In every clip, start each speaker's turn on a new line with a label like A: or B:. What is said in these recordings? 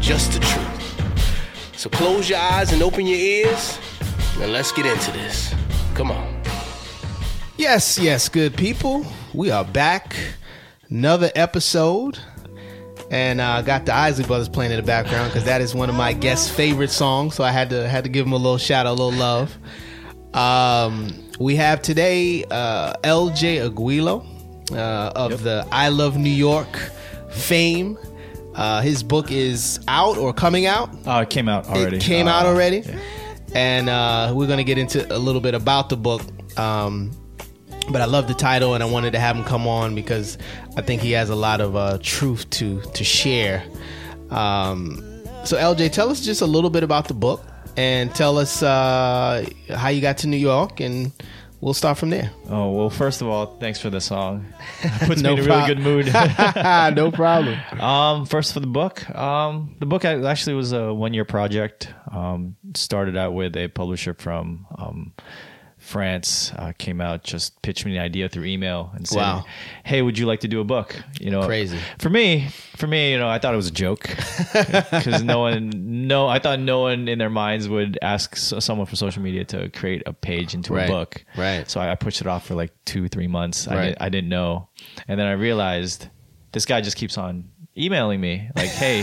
A: just the truth. So close your eyes and open your ears, and let's get into this. Come on. Yes, yes, good people. We are back. Another episode. And I uh, got the Isley Brothers playing in the background because that is one of my guests' favorite songs. So I had to had to give them a little shout, out, a little love. Um, we have today uh, LJ Aguilo uh, of the I Love New York fame. Uh, his book is out or coming out.
B: Oh, it came out already.
A: It came out
B: Uh,
A: already.
B: yeah.
A: And uh, we're going to get into a little bit about the book. Um, but I love the title and I wanted to have him come on because I think he has a lot of uh, truth to, to share. Um, so, LJ, tell us just a little bit about the book and tell us uh, how you got to New York, and we'll start from there.
B: Oh well, first of all, thanks for the song. It puts
A: No
B: me in a
A: prob-
B: really good mood.
A: no problem.
B: um, first for the book. Um, the book ac- actually was a one-year project. Um, started out with a publisher from um, France. Uh, came out just pitched me an idea through email and said,
A: Wow.
B: "Hey, would you like to do a book?" You know,
A: Crazy.
B: for me. For me, you know, I thought it was a joke because no one, no, I thought no one in their minds would ask so- someone from social media to create a page into
A: Right.
B: a book.
A: Right.
B: So I, I pushed it off for like two, three months. I,
A: Right.
B: didn't, I didn't know. And then I realized this guy just keeps on emailing me like, hey,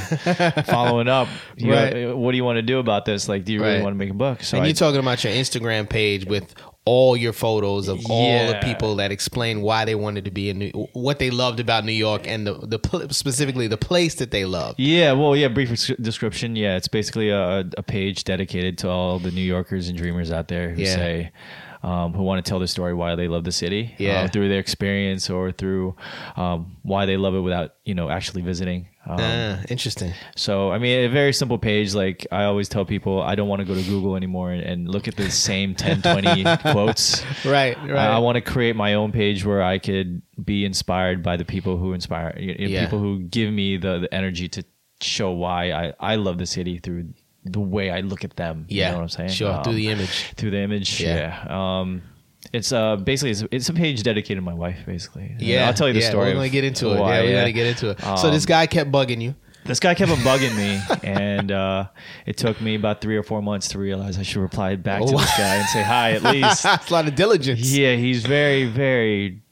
B: following up, you
A: Right.
B: know, what do you want to do about this? Like, do you
A: Right.
B: really want to make a book? So
A: and
B: I,
A: you're talking about your Instagram page with all your photos of all the
B: Yeah.
A: people that explain why they wanted to be in New, what they loved about New York and the the pl- specifically the place that they loved.
B: yeah, well, yeah, brief s- description. Yeah, it's basically a, a page dedicated to all the New Yorkers and dreamers out there who
A: Yeah.
B: say, um, who want to tell their story why they love the city uh,
A: Yeah.
B: through their experience or through um, why they love it without, you know, actually visiting. Um,
A: Ah, interesting.
B: So I mean, a very simple page. Like I always tell people, I don't want to go to Google anymore and, and look at the same 10, 20 quotes.
A: Right, right.
B: I, want to create my own page where I could be inspired by the people who inspire, you know,
A: Yeah.
B: people who give me the, the energy to show why I, I love the city through the way I look at them.
A: Yeah,
B: you know what I'm saying? Um,
A: sure, through the image.
B: Through the image.
A: Yeah.
B: Yeah. Um, it's uh basically it's, it's a page dedicated to my wife basically. And
A: yeah,
B: I'll tell you the
A: yeah,
B: story.
A: We're gonna
B: of
A: get into it.
B: why,
A: yeah, we gotta get into it. so
B: Um,
A: this guy kept bugging you.
B: this guy kept on bugging me, and uh, it took me about three or four months to realize I should reply back to
A: Oh,
B: this guy and say hi at least.
A: That's a lot of diligence.
B: yeah, he's very, very,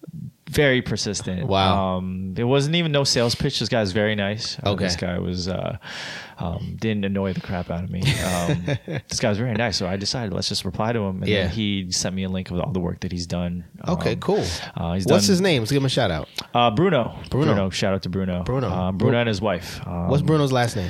B: very persistent.
A: Wow.
B: Um, it wasn't even no sales pitch. This guy's very nice. Uh,
A: Okay.
B: This guy was uh, um, didn't annoy the crap out of me. Um, this guy's very nice, so I decided let's just reply to him. And
A: Yeah.
B: then he sent me a link of all the work that he's done.
A: Okay,
B: Um,
A: cool.
B: Uh, he's
A: What's
B: done,
A: his name? Let's give him a shout out.
B: Uh, Bruno.
A: Bruno.
B: Shout out to Bruno.
A: Bruno.
B: Um, Bruno and his wife. Um,
A: What's Bruno's last name?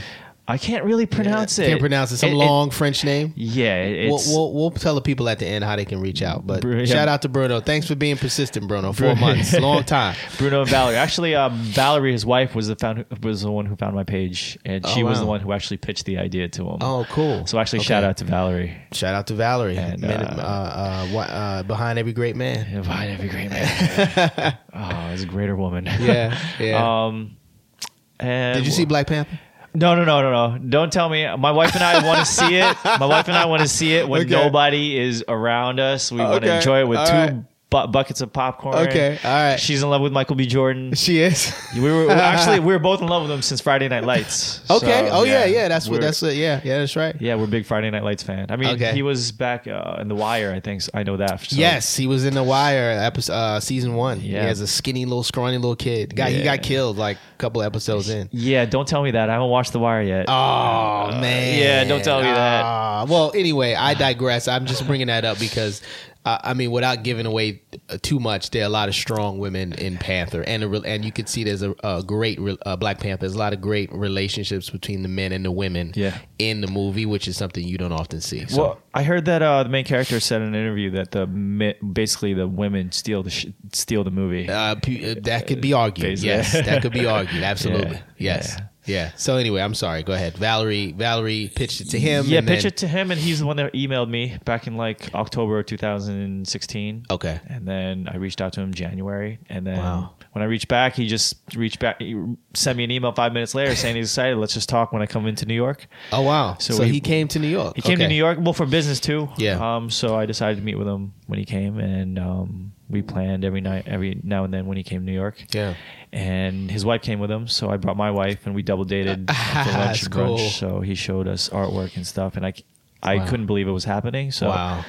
B: I can't really pronounce it.
A: Can't pronounce it. Some long French name.
B: yeah, it-
A: We'll,
B: it's
A: we'll, we'll tell the people at the end how they can reach out. But
B: Bru- yeah.
A: shout out to Bruno. Thanks for being persistent, Bruno. Four
B: Bru-
A: months, long time.
B: Bruno and Valerie. Actually, um, Valerie, his wife, was the found was the one who found my page, and she
A: Oh,
B: was the
A: wow.
B: one who actually pitched the idea to him.
A: Oh, cool.
B: So actually,
A: Okay.
B: shout out to Valerie.
A: Shout out to Valerie,
B: And,
A: Men-
B: uh,
A: uh, uh, wha- uh, behind every great man.
B: Divine every great man. oh, is a greater woman.
A: Yeah, yeah.
B: Um, and
A: Did you see Black Panther?
B: No, no, no, no, no! Don't tell me. My wife and I want to see it. My wife and I want to see it when
A: Okay.
B: nobody is around us. We want
A: Okay.
B: to enjoy it with
A: All
B: two
A: right.
B: bu- buckets of popcorn.
A: Okay, all right.
B: She's in love with Michael B. Jordan.
A: She is.
B: We were actually we were both in love with him since Friday Night Lights.
A: okay.
B: So,
A: oh yeah, yeah. That's what.
B: We're-
A: That's what. Yeah, yeah. That's right.
B: yeah, we're big Friday Night Lights fan. I mean,
A: Okay.
B: he was back uh, in The Wire. I think so I know that. so-
A: Yes, he was in the Wire episode, uh, season one.
B: Yeah.
A: He has a skinny little, scrawny little kid. Guy, he
B: Yeah.
A: got killed like a couple episodes in.
B: Yeah, don't tell me that. I haven't watched The Wire yet.
A: Oh man!
B: Uh, yeah, don't tell me that.
A: Ah, well, anyway, I digress. I'm just bringing that up because, uh, I mean, without giving away uh, too much, there are a lot of strong women in Panther, and a, re- and you can see there's a, a great re- uh, Black Panther. There's a lot of great relationships between the men and the women
B: Yeah.
A: in the movie, which is something you don't often see. So.
B: Well, I heard that uh, the main character said in an interview that the mi- basically the women steal the sh- steal the movie.
A: uh, p- uh, that could be argued.
B: Basically.
A: Yes, that could be argued. Absolutely.
B: Yeah,
A: Yes.
B: yeah.
A: Yeah. So anyway, I'm sorry. Go ahead. Valerie Valerie pitched it to him.
B: yeah,
A: and
B: pitch
A: then-
B: it to him, and he's the one that emailed me back in like October 2016.
A: Okay.
B: And then I reached out to him January, and then
A: Wow.
B: when I reached back, he just reached back, he sent me an email five minutes later saying he's excited. Let's just talk when I come into New York.
A: Oh wow. So,
B: So
A: he,
B: we-
A: came to New York.
B: He came to
A: Okay.
B: New York, well, for business too.
A: Yeah.
B: Um. So I decided to meet with him when he came, and um, we planned every night, every now and then when he came to New York.
A: Yeah.
B: And his wife came with him, so I brought my wife, and we double dated for lunch
A: That's
B: and
A: cool.
B: brunch. So he showed us artwork and stuff, and I, c- I couldn't believe it was happening. So um,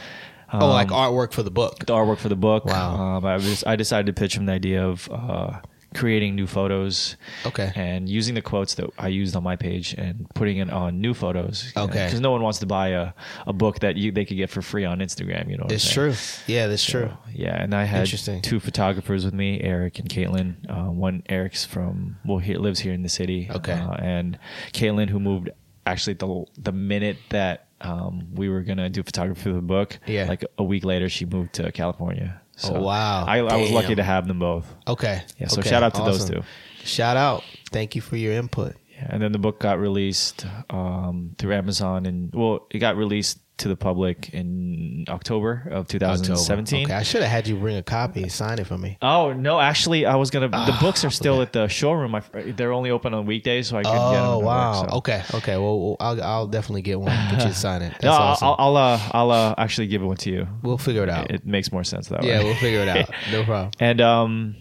A: Wow. oh, like artwork for the book.
B: the artwork for the book.
A: Wow.
B: Um, I was I decided to pitch him the idea of uh, creating new photos.
A: Okay.
B: And using the quotes that I used on my page and putting it on new photos.
A: Okay.
B: Because no one wants to buy a, a book that you they could get for free on Instagram. You know. What
A: It's
B: I'm saying?
A: true. Yeah, that's true.
B: Yeah, and I had
A: Interesting.
B: two photographers with me, Eric and Caitlin. Uh, one Eric's from well, he lives here in the city.
A: Okay.
B: uh, and Caitlin who moved actually the the minute that um, we were gonna do photography for the book.
A: Yeah.
B: like a week later, she moved to California. So
A: Oh, wow.
B: I, I was
A: Damn.
B: lucky to have them both.
A: Okay.
B: Yeah, so
A: Okay.
B: shout out to those
A: Awesome.
B: two.
A: Shout out. Thank you for your input.
B: Yeah, and then the book got released um, through Amazon, and well, it got released to the public in October of 2017.
A: Okay. I should have had you bring a copy and sign it for me.
B: Oh no! Actually, I was gonna. the
A: Ah,
B: books are still at the showroom. I, they're only open on weekdays, so I couldn't get them.
A: Oh
B: to work,
A: wow.
B: so.
A: Okay. Okay. Well, well, I'll, I'll definitely get one. Get you to sign it. That's
B: No, I'll-
A: awesome.
B: I'll I'll, uh, I'll uh, actually give one to you.
A: we'll figure it out.
B: It makes more sense that
A: yeah,
B: way.
A: we'll figure it out. No problem.
B: and um,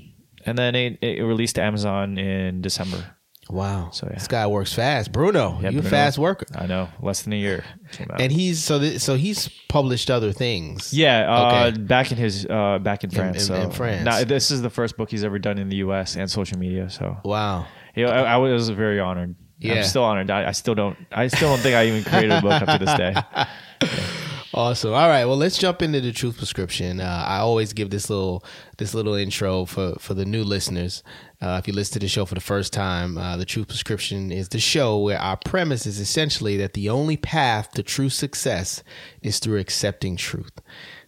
B: and then it, it released to Amazon in December.
A: Wow.
B: So, yeah.
A: This guy works fast. Bruno,
B: Yeah,
A: you a
B: Bruno.
A: fast worker.
B: I know, less than a year. it Came out.
A: And he's so th- so he's published other things.
B: yeah, uh,
A: Okay.
B: back in his uh, back in France.
A: in-
B: so
A: in France.
B: Now, this is the first book he's ever done in the U.S. and social media. So
A: Wow.
B: Yeah, I, I was very honored.
A: Yeah.
B: I'm still honored. I, I still don't. I still don't think I even created a book up to this day.
A: Awesome. All right. Well, let's jump into the truth prescription. Uh, I always give this little this little intro for for the new listeners. Uh, if you listen to the show for the first time, uh, the truth prescription is the show where our premise is essentially that the only path to true success is through accepting truth.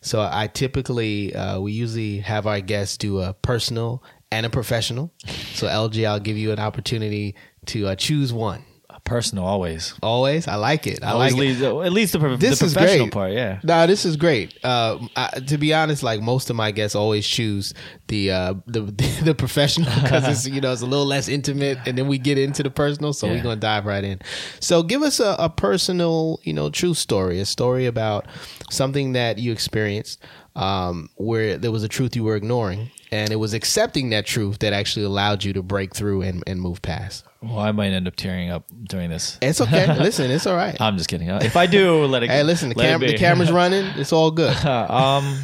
A: So I typically uh, we usually have our guests do a personal and a professional. So LG, I'll give you an opportunity to uh, choose one.
B: Personal, always.
A: Always, I like it. I
B: Always
A: like it.
B: leads, at least the, pro-
A: this
B: the
A: is
B: professional
A: great.
B: part. Yeah.
A: Nah, this is great. Uh, I, to be honest, like most of my guests always choose the uh, the the professional because it's you know it's a little less intimate, and then we get into the personal. So we're
B: Yeah.
A: gonna dive right in. So give us a, a personal, you know, true story, a story about something that you experienced um, where there was a truth you were ignoring, and it was accepting that truth that actually allowed you to break through and, and move past.
B: Well, I might end up tearing up during this.
A: It's okay. Listen, it's all right.
B: I'm just kidding. If I do, let it.
A: Hey, listen, the,
B: let it
A: cam-
B: be.
A: the camera's running. It's all good.
B: um,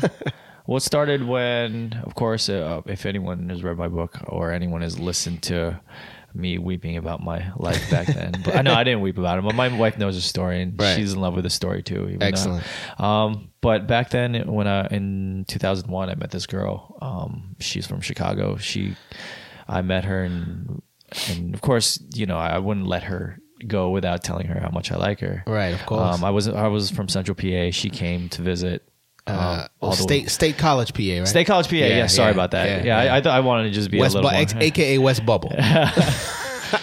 B: what started when, of course, uh, if anyone has read my book or anyone has listened to me weeping about my life back then, but I know I didn't weep about it. But my wife knows the story, and
A: Right.
B: she's in love with the story too. even though-
A: Excellent.
B: um, but back then, when I in 2001, I met this girl. Um, she's from Chicago. She, I met her, and and of course, you know, I, I wouldn't let her go without telling her how much I like her.
A: Right, of course.
B: Um, I was I was from Central PA. She came to visit. Um,
A: uh,
B: all the-
A: state state college PA, right?
B: State College PA. Yeah,
A: Yeah,
B: sorry
A: yeah,
B: about that.
A: yeah,
B: Yeah,
A: yeah.
B: I, I thought I wanted to just be
A: West
B: a
A: Bu-
B: little more.
A: ex- aka West Bubble.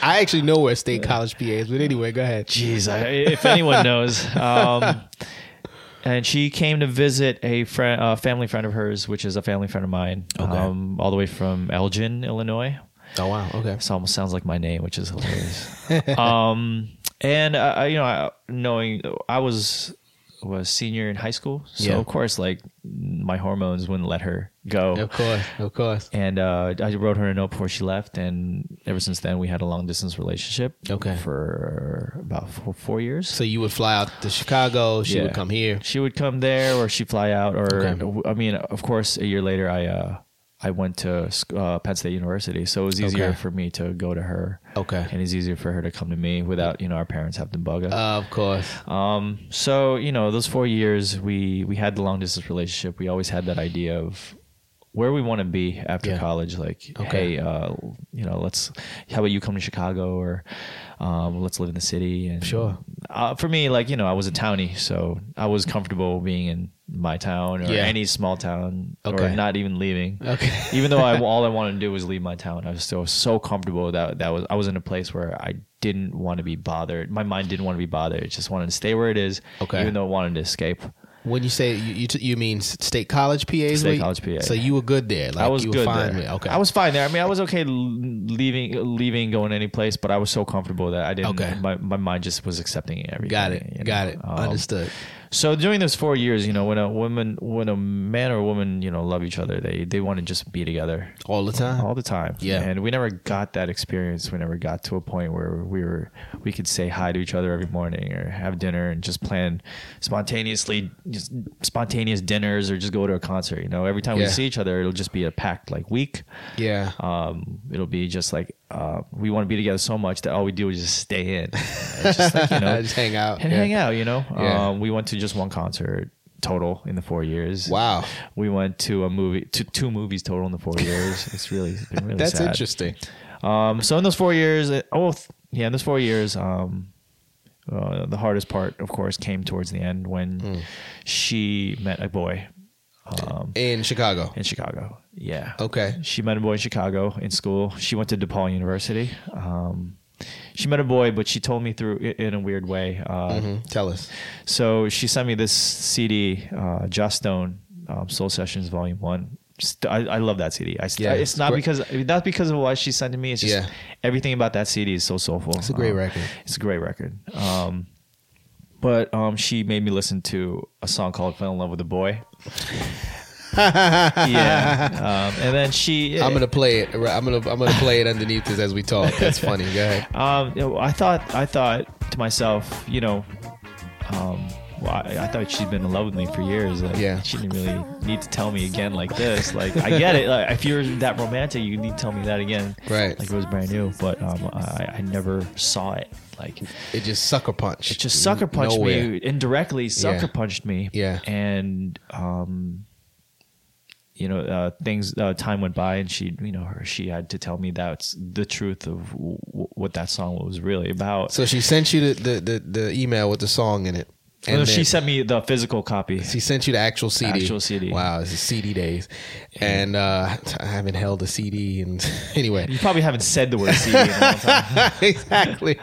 A: I actually know where State College PA is, but anyway, go ahead.
B: Jeez, I, if anyone knows. Um, and she came to visit a friend, a family friend of hers, which is a family friend of mine, um, all the way from Elgin, Illinois.
A: Oh wow, okay.
B: This almost sounds like my name, which is hilarious. um, and uh, I- you know, I, knowing I was was senior in high school, so
A: Yeah.
B: of course, like my hormones wouldn't let her go.
A: Of course, of course.
B: And uh, I wrote her a note before she left, and ever since then we had a long distance relationship.
A: Okay.
B: for about four, four years.
A: So you would fly out to Chicago. She
B: Yeah.
A: would come here.
B: She would come there, or she'd fly out, or
A: Okay.
B: I mean, of course, a year later, I uh, I went to sc- uh, Penn State University, so it was easier
A: Okay.
B: for me to go to her.
A: Okay.
B: and it's easier for her to come to me without you know our parents having to bug us.
A: Uh, of course.
B: Um, so you know, those four years, we we had the long distance relationship. We always had that idea of where we want to be after
A: Yeah.
B: college. Like,
A: Okay.
B: hey, uh, you know, let's. How about you come to Chicago or um, let's live in the city? And
A: Sure.
B: Uh, for me, like you know, I was a townie, so I was comfortable being in my town or
A: Yeah.
B: any small town
A: Okay.
B: or not even leaving.
A: Okay.
B: even though I, all I wanted to do was leave my town, I was still so comfortable that that was I was in a place where I didn't want to be bothered. My mind didn't want to be bothered. It just wanted to stay where it is.
A: Okay.
B: Even though it wanted to escape.
A: When you say you, you, t- you mean s- state college PAs?
B: State
A: where you-
B: college PA.
A: So you were good there. Like
B: I was
A: you
B: good
A: were fine
B: there.
A: with- okay.
B: I was fine there. I mean, I was okay l- leaving, leaving, going any place, but I was so comfortable that I didn't.
A: Okay.
B: My, my mind just was accepting everything.
A: Got it.
B: you know?
A: Got it.
B: Um,
A: Understood.
B: So during those four years, you know, when a woman, when a man or a woman, you know, love each other, they they want to just be together
A: All the time.
B: all the time.
A: Yeah.
B: And we never got that experience. We never got to a point where we were we could say hi to each other every morning or have dinner and just plan spontaneously just spontaneous dinners or just go to a concert. You know, every time
A: Yeah.
B: we see each other, it'll just be a packed like week.
A: yeah.
B: Um, it'll be just like uh, we want to be together so much that all we do is just stay in, It's just like, you know,
A: Just hang out.
B: and
A: Yeah.
B: hang out. You know,
A: Yeah.
B: um, we went to just one concert total in the four years.
A: Wow.
B: We went to a movie, to two movies total in the four years. It's really, it's been really
A: That's
B: sad.
A: interesting.
B: Um, so in those four years, uh, oh th- yeah, in those four years, um, uh, the hardest part, of course, came towards the end when she met a boy um,
A: In Chicago.
B: in Chicago. Yeah.
A: Okay.
B: She met a boy in Chicago in school. She went to DePaul University. Um, she met a boy, but she told me through i- in a weird way. Uh,
A: Mhm. Tell us.
B: so she sent me this CD, uh, Joss Stone, um, Soul Sessions Volume One. St- I, I love that CD. I st-
A: Yeah,
B: it's
A: it's
B: not
A: great.
B: because not because of why she sent it to me. It's just
A: Yeah.
B: everything about that CD is so soulful. It's
A: a great record.
B: It's a great record. Um, but um, she made me listen to a song called "Fell in Love with a Boy." yeah, um, and then she.
A: I'm gonna play it. I'm gonna I'm gonna play it underneath this as we talk. That's funny. Go ahead.
B: Um, you know, I thought I thought to myself, you know, um, well, I, I thought she'd been in love with me for years. and
A: Yeah.
B: she didn't really need to tell me again like this. Like I get it. Like, if you're that romantic, you need to tell me that again.
A: Right.
B: Like it was brand new, but um, I, I never saw it. Like
A: It just sucker punch.
B: it just sucker punched
A: Nowhere.
B: me indirectly. Sucker
A: Yeah.
B: punched me.
A: Yeah.
B: and um. You know, uh, things. Uh, time went by, and she, you know, her, she had to tell me that's the truth of w- w- what that song was really about.
A: So she sent you the the, the, the email with the song in it. And
B: no,
A: then
B: she sent me the physical copy.
A: she sent you the actual CD.
B: Actual CD.
A: Wow, it's CD days. And uh, I haven't held a CD. And anyway,
B: You probably haven't said the word CD in a long time.
A: exactly.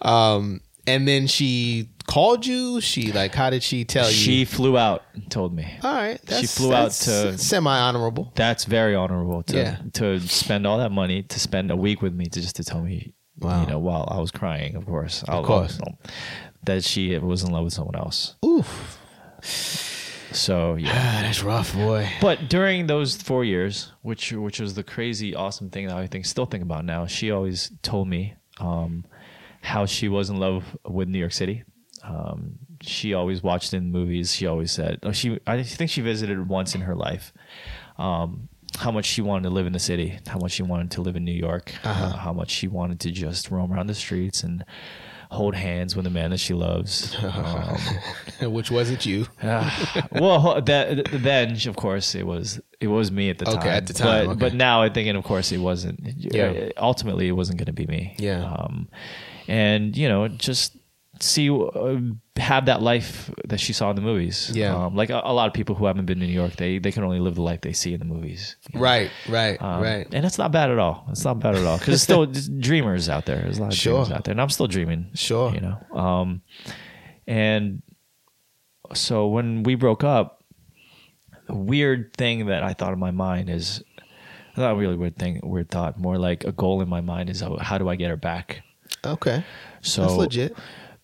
A: Um, and then she called you. She like, how did she tell
B: She
A: you?
B: flew out and told me.
A: All right, that's,
B: flew out to-
A: semi honorable.
B: That's very honorable to
A: Yeah.
B: to spend all that money to spend a week with me to just to tell me,
A: Wow.
B: you know, while I was crying, of course, of
A: course.
B: that she was in love with someone else.
A: Oof,
B: So yeah.
A: ah, that's rough, boy.
B: But during those four years, which which was the crazy awesome thing that I think still think about now, she always told me um, how she was in love with New York City. Um, she always watched in movies. She always said oh, she. I think she visited once in her life. Um, how much she wanted to live in the city, how much she wanted to live in New York, uh, how much she wanted to just roam around the streets and hold hands with the man that she loves. Um,
A: Which wasn't you?
B: Ah, well, that, then of course it was it was me at the
A: Okay,
B: time.
A: at the time,
B: but,
A: okay.
B: but now I'm thinking, of course, it wasn't. uh,
A: Yeah.
B: ultimately it wasn't going to be me.
A: Yeah.
B: um, and you know, just see uh, have that life that she saw in the movies.
A: Yeah.
B: um, like a, a lot of people who haven't been to New York, they they can only live the life they see in the movies.
A: Right, right,
B: Um,
A: right.
B: and that's not bad at all. It's not bad at all because still just dreamers out there. There's a lot of
A: Sure.
B: dreamers out there, and I'm still dreaming.
A: Sure.
B: you know. Um, and so when we broke up, the weird thing that I thought in my mind is not a really weird thing, weird thought. More like a goal in my mind is how, how do I get her back?
A: Okay,
B: So
A: that's legit.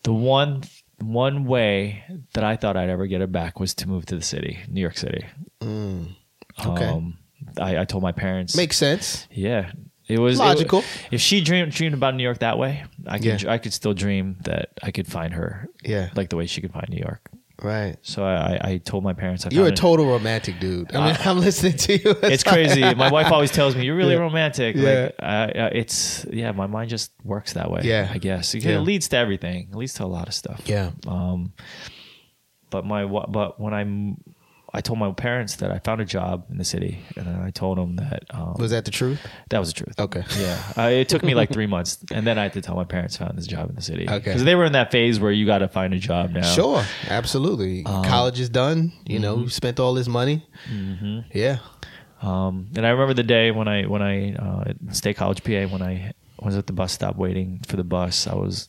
B: the one one way that I thought I'd ever get her back was to move to the city, New York City.
A: Mm. Okay,
B: Um, I, I told my parents
A: makes sense.
B: yeah, it was it wa-
A: Logical.
B: if she dreamed dreamed about New York that way, I could
A: Yeah.
B: I could still dream that I could find her.
A: Yeah.
B: like the way she could find New York.
A: Right.
B: So I, I, I told my parents I
A: You're a
B: found it.
A: total romantic dude. I mean, I'm listening to you.
B: Uh, It's crazy. My wife always tells me you're really romantic.
A: Yeah.
B: Like uh, uh, it's yeah, my mind just works that way.
A: Yeah.
B: I guess it,
A: Yeah.
B: it leads to Um, everything. It leads to a lot of stuff.
A: Yeah.
B: Um, but my wa- but when I m- I told my parents that I found a job in the city, and then I told them that um,
A: Was that the truth?
B: that was the truth.
A: Okay.
B: Yeah. Uh, it took me like three months, and then I had to tell my parents I found this job in the city.
A: Okay.
B: Because they were in that phase where you got to find a job now.
A: Sure, absolutely.
B: Um,
A: College is done. You know,
B: mm-hmm.
A: you spent all this money. Yeah,
B: Um, and I remember the day when I when I uh, at State College, PA, when I was at the bus stop waiting for the bus. I was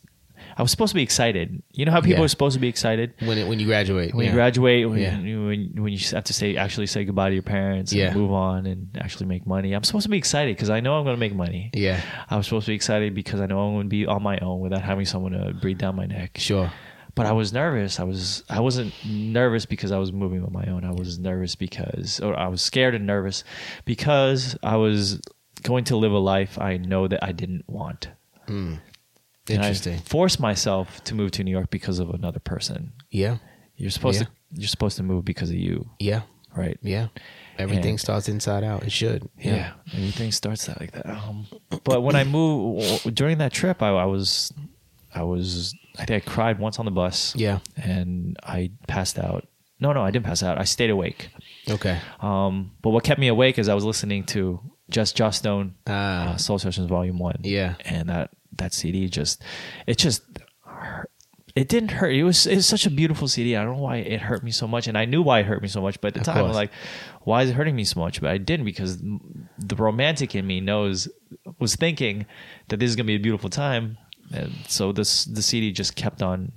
B: I was supposed to be excited. You know how people
A: Yeah.
B: are supposed to be excited
A: when it, when you graduate,
B: when
A: yeah.
B: you graduate, when,
A: Yeah.
B: you, when when you have to say actually say goodbye to your parents
A: Yeah.
B: and move on and actually make money. I'm supposed to be excited because I know I'm going to make money.
A: Yeah.
B: I'm supposed to be excited because I know I'm going to be on my own without having someone to breathe down my neck.
A: Sure.
B: But I was nervous. I was I wasn't nervous because I was moving on my own. I was nervous because or I was scared and nervous because I was going to live a life I know that I didn't want. And I
A: Interesting.
B: forced myself to move to New York because of another person.
A: yeah,
B: You're supposed
A: Yeah.
B: to you're supposed to move because of you,
A: yeah,
B: right?
A: yeah. Everything
B: And-
A: starts inside out. It should.
B: Yeah. Everything starts out like that. Um, but when I moved during that trip, I, I was, I was, I think I cried once on the bus.
A: Yeah.
B: And I passed out. No, no, I didn't pass out. I stayed awake.
A: Okay.
B: Um, but what kept me awake is I was listening to just Joss Stone,
A: Ah.
B: uh, Soul Sessions Volume One.
A: Yeah.
B: and that that CD just, it just, hurt. it didn't hurt. It was it's such a beautiful CD. I don't know why it hurt me so much, and I knew why it hurt me so much. But at the time, I'm
A: course.
B: like, why is it hurting me so much? But I didn't because the romantic in me knows was thinking that this is gonna be a beautiful time, and so this the CD just kept on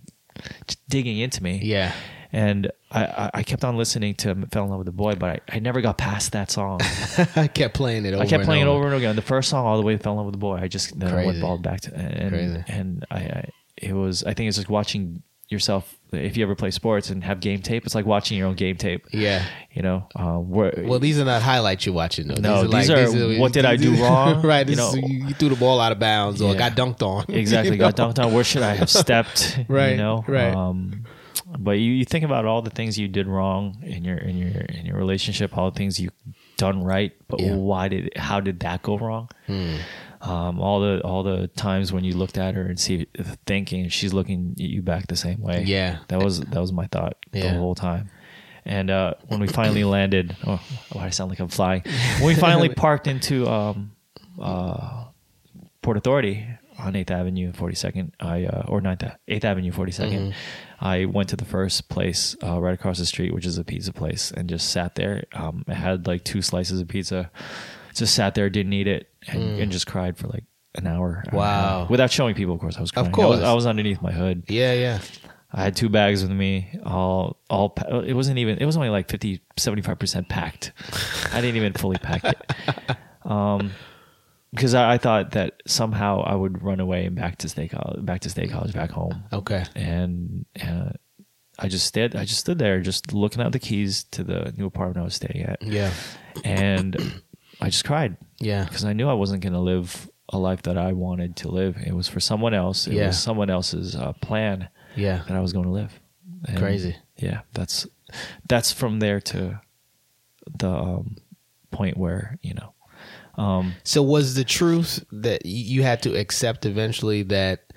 B: digging into me
A: Yeah.
B: and I- I, I kept on listening to Fell in Love with a Boy, but I, I never got past that song.
A: I kept playing it. Over
B: I kept
A: and
B: playing it over and over again. The first song, all the way to Fell in Love with a Boy, I just then I
A: um, Crazy.
B: went all back to and
A: Crazy.
B: and I, I it was I think it's just watching yourself. If you ever play sports and have game tape, it's like watching your own game tape.
A: Yeah.
B: you know. Uh, where,
A: Well, these are not highlights you're watching. Though.
B: No, these are what did I do wrong,
A: right.
B: you
A: This is-
B: know.
A: you, threw the ball out of bounds or
B: Yeah.
A: got dunked on.
B: exactly
A: You know?
B: got dunked on. Where should I have stepped?
A: Right,
B: you know.
A: right.
B: Um, but you, you think about all the things you did wrong in your in your in your relationship, all the things you done right, but
A: Yeah. Hmm.
B: why did how did that go wrong? Um, all the all the times when you looked at her and see thinking she's looking at you back the same way.
A: Yeah.
B: that was that was my thought
A: Yeah.
B: the whole time. And uh, when we finally landed, oh, why do I sound like I'm flying? When we finally parked into um, uh, Port Authority on 8th Avenue and 42nd, I uh, or 9th, 8th Avenue 42nd,
A: Mm-hmm.
B: I went to the first place uh, right across the street, which is a pizza place, and just sat there. Um, I had like two slices of pizza, just sat there, didn't eat it, and, and just cried for like an hour. hour and a
A: Mm. Wow.
B: half. Without showing people, of course, I was crying. I was-
A: course.
B: I was underneath my hood.
A: Yeah, yeah.
B: I had two bags with me, all all pa- it wasn't even it was only like 50 75% packed. I didn't even fully pack it. Um because I, I thought that somehow I would run away and back to state college, back to state college, back home,
A: Okay.
B: and uh, I just stood, I just stood there, just looking at the keys to the new apartment I was staying at,
A: Yeah.
B: and I just cried
A: Yeah.
B: because I knew I wasn't going to live a life that I wanted to live. It was for someone else. It
A: Yeah.
B: was someone else's uh, plan
A: Yeah.
B: that I was going to live. And
A: Crazy.
B: Yeah, that's that's from there to the um, point where you know. Um,
A: So was the truth that y- you had to accept eventually that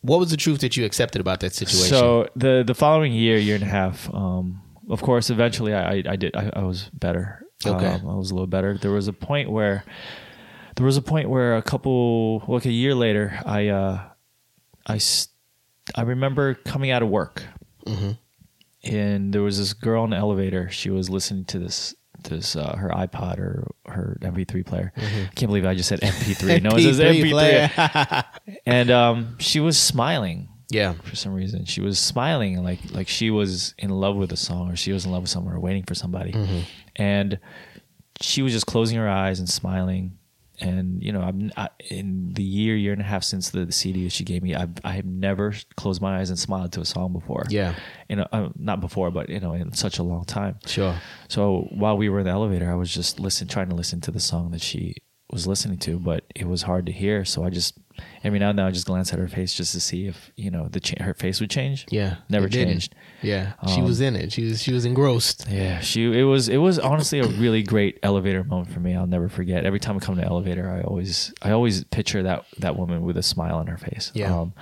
A: what was the truth that you accepted about that situation?
B: so the the following year, year and a half. Um, of course, eventually, I I, I did. I, I was better.
A: Okay.
B: um, I was a little better. There was a point where there was a point where a couple like a year later, I uh, I s- I remember coming out of work.
A: Mm-hmm.
B: and there was this girl in the elevator. She was listening to this this uh, her iPod or her MP3 player.
A: Mm-hmm.
B: I can't believe I just said MP3. no, it says
A: MP3
B: MP3.
A: player.
B: and um, she was smiling
A: yeah.
B: for some reason. She was smiling like like she was in love with a song or she was in love with someone or waiting for somebody. And she was just closing her eyes and smiling. And you know, I'm I, in the year year and a half since the, the CD that she gave me, I've I have never closed my eyes and smiled to a song before.
A: Yeah.
B: you know, uh, not before, but you know, in such a long time.
A: Sure.
B: So while we were in the elevator, I was just listen, trying to listen to the song that she was listening to, but it was hard to hear. So I just every now and then I just glance at her face just to see if you know the cha- her face would change.
A: Yeah.
B: never
A: It didn't.
B: changed.
A: Yeah. she
B: Um,
A: was in it. She was she was engrossed.
B: Yeah, she it was it was honestly a really great elevator moment for me. I'll never forget. Every time I come to the elevator, I always I always picture that that woman with a smile on her face.
A: Yeah.
B: Um,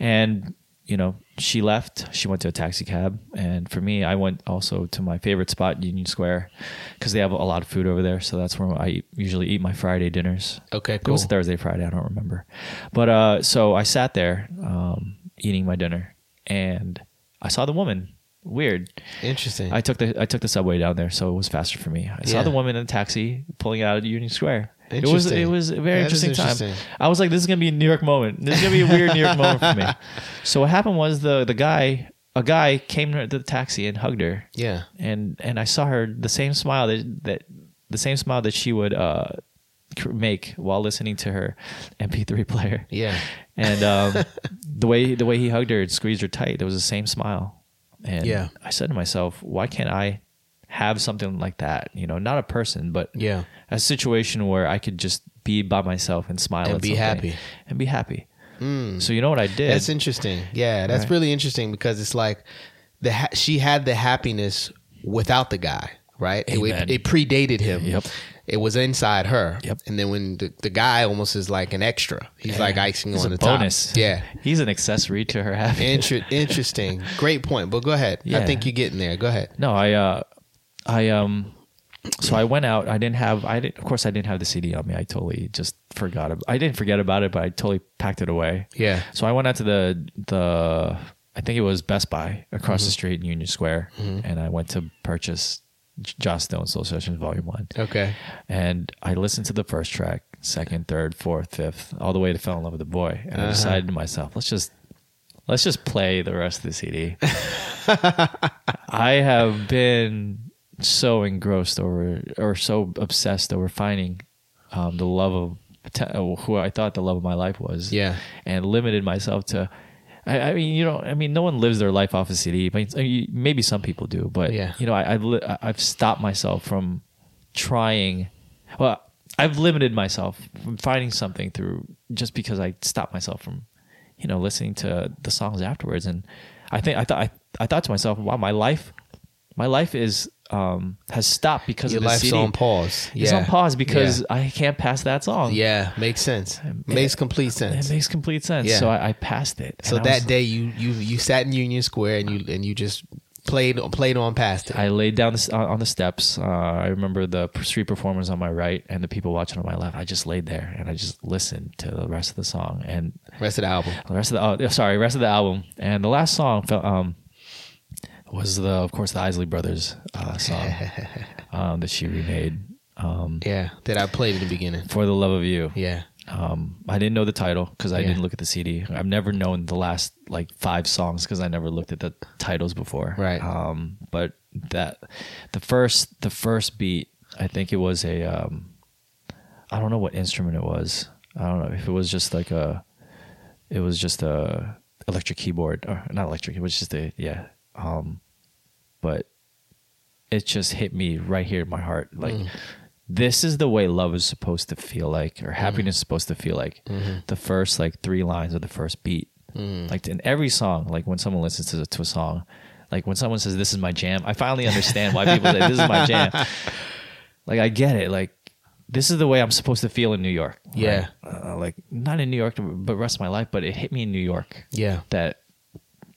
B: and you know, she left. She went to a taxi cab, and for me, I went also to my favorite spot, Union Square, because they have a lot of food over there. So that's where I usually eat my Friday dinners.
A: Okay,
B: It was
A: cool.
B: Thursday, Friday. I don't remember, but uh, so I sat there um, eating my dinner, and I saw the woman. Weird.
A: Interesting.
B: I took the I took the subway down there, so it was faster for me. I saw
A: Yeah.
B: the woman in the taxi pulling out of Union Square. It was it
A: Interesting.
B: was a very
A: That is
B: interesting, time.
A: interesting.
B: I was like, this is gonna be a New York moment. This is gonna be a weird New York moment for me. So what happened was the the guy a guy came to the taxi and hugged her,
A: yeah.
B: and and I saw her the same smile that that the same smile that she would uh, cr- make while listening to her MP3 player.
A: Yeah.
B: And um, the way the way he hugged her and squeezed her tight, there was the same smile. And
A: Yeah.
B: I said to myself, why can't I have something like that? You know, not a person, but
A: Yeah.
B: a situation where I could just be by myself and smile
A: And
B: at
A: be
B: something
A: happy.
B: and be happy.
A: Mm.
B: So you know what I did?
A: That's interesting. Yeah, that's
B: Right.
A: really interesting because it's like the ha- she had the happiness without the guy, right? It,
B: Amen.
A: it, it predated him.
B: Yep.
A: It was inside her.
B: Yep.
A: And then when the, the guy almost is like an extra, he's like icing
B: He's
A: on
B: a
A: the
B: bonus.
A: top. Yeah.
B: he's an accessory to her happiness.
A: Inter- interesting. Great point. But go ahead.
B: Yeah.
A: I think you're getting there. Go ahead.
B: No, I, uh, I, um, so I went out. I didn't have. I didn't. Of course, I didn't have the CD on me. I totally just forgot. ab- I didn't forget about it, but I totally packed it away.
A: Yeah.
B: So I went out to the the. I think it was Best Buy across the street in Union Square, and I went to purchase J- Joss Stone's Soul Sessions Volume One.
A: Okay.
B: And I listened to the first track, second, third, fourth, fifth, all the way to "Fell in Love with a Boy," and I decided to myself, let's just let's just play the rest of the CD. I have been so engrossed over or so obsessed over finding um, the love of te- uh, who I thought the love of my life was.
A: Yeah.
B: and limited myself to. I, I mean, you know, I mean, no one lives their life off a CD. But it's- maybe some people do, but
A: Yeah.
B: you know, I, I've li- I- I've stopped myself from trying. Well, I've limited myself from finding something through just because I stopped myself from, you know, listening to the songs afterwards. And I think I thought I, I thought to myself, wow, my life, my life is um has stopped because
A: Your
B: of the
A: life's
B: CD.
A: on pause.
B: It's
A: Yeah.
B: on pause because
A: Yeah.
B: I can't pass that song.
A: Yeah, makes sense. Makes complete
B: It
A: sense.
B: makes complete sense.
A: Yeah.
B: So I, I passed it.
A: So
B: And I was
A: that day you you you sat in Union Square and you and you just played played on past it.
B: I laid down the, on on the steps. Uh, I remember the p- street performers on my right and the people watching on my left. I just laid there and I just listened to the rest of the song and
A: Rest of the album.
B: the rest of the oh, sorry, rest of the album and the last song felt, um, was the of course the Isley Brothers uh, song um, that she remade um,
A: Yeah, that I played in the beginning.
B: for the love of you.
A: Yeah.
B: Um, I didn't know the title because I
A: Yeah.
B: didn't look at the CD. I've never known the last like five songs because I never looked at the titles before.
A: Right.
B: Um, but that the first the first beat, I think it was a um, I don't know what instrument it was. I don't know if it was just like a it was just a electric keyboard or not electric. It was just a yeah. Um, but it just hit me right here in my heart. Like this is the way love is supposed to feel like, or happiness is supposed to feel like. The first like three lines of the first beat, like in every song. Like when someone listens to, to a song, like when someone says this is my jam, I finally understand why people say this is my jam. Like I get it. Like this is the way I'm supposed to feel in New York. right?
A: Yeah.
B: Uh, like not in New York, but rest of my life. But it hit me in New York
A: Yeah.
B: that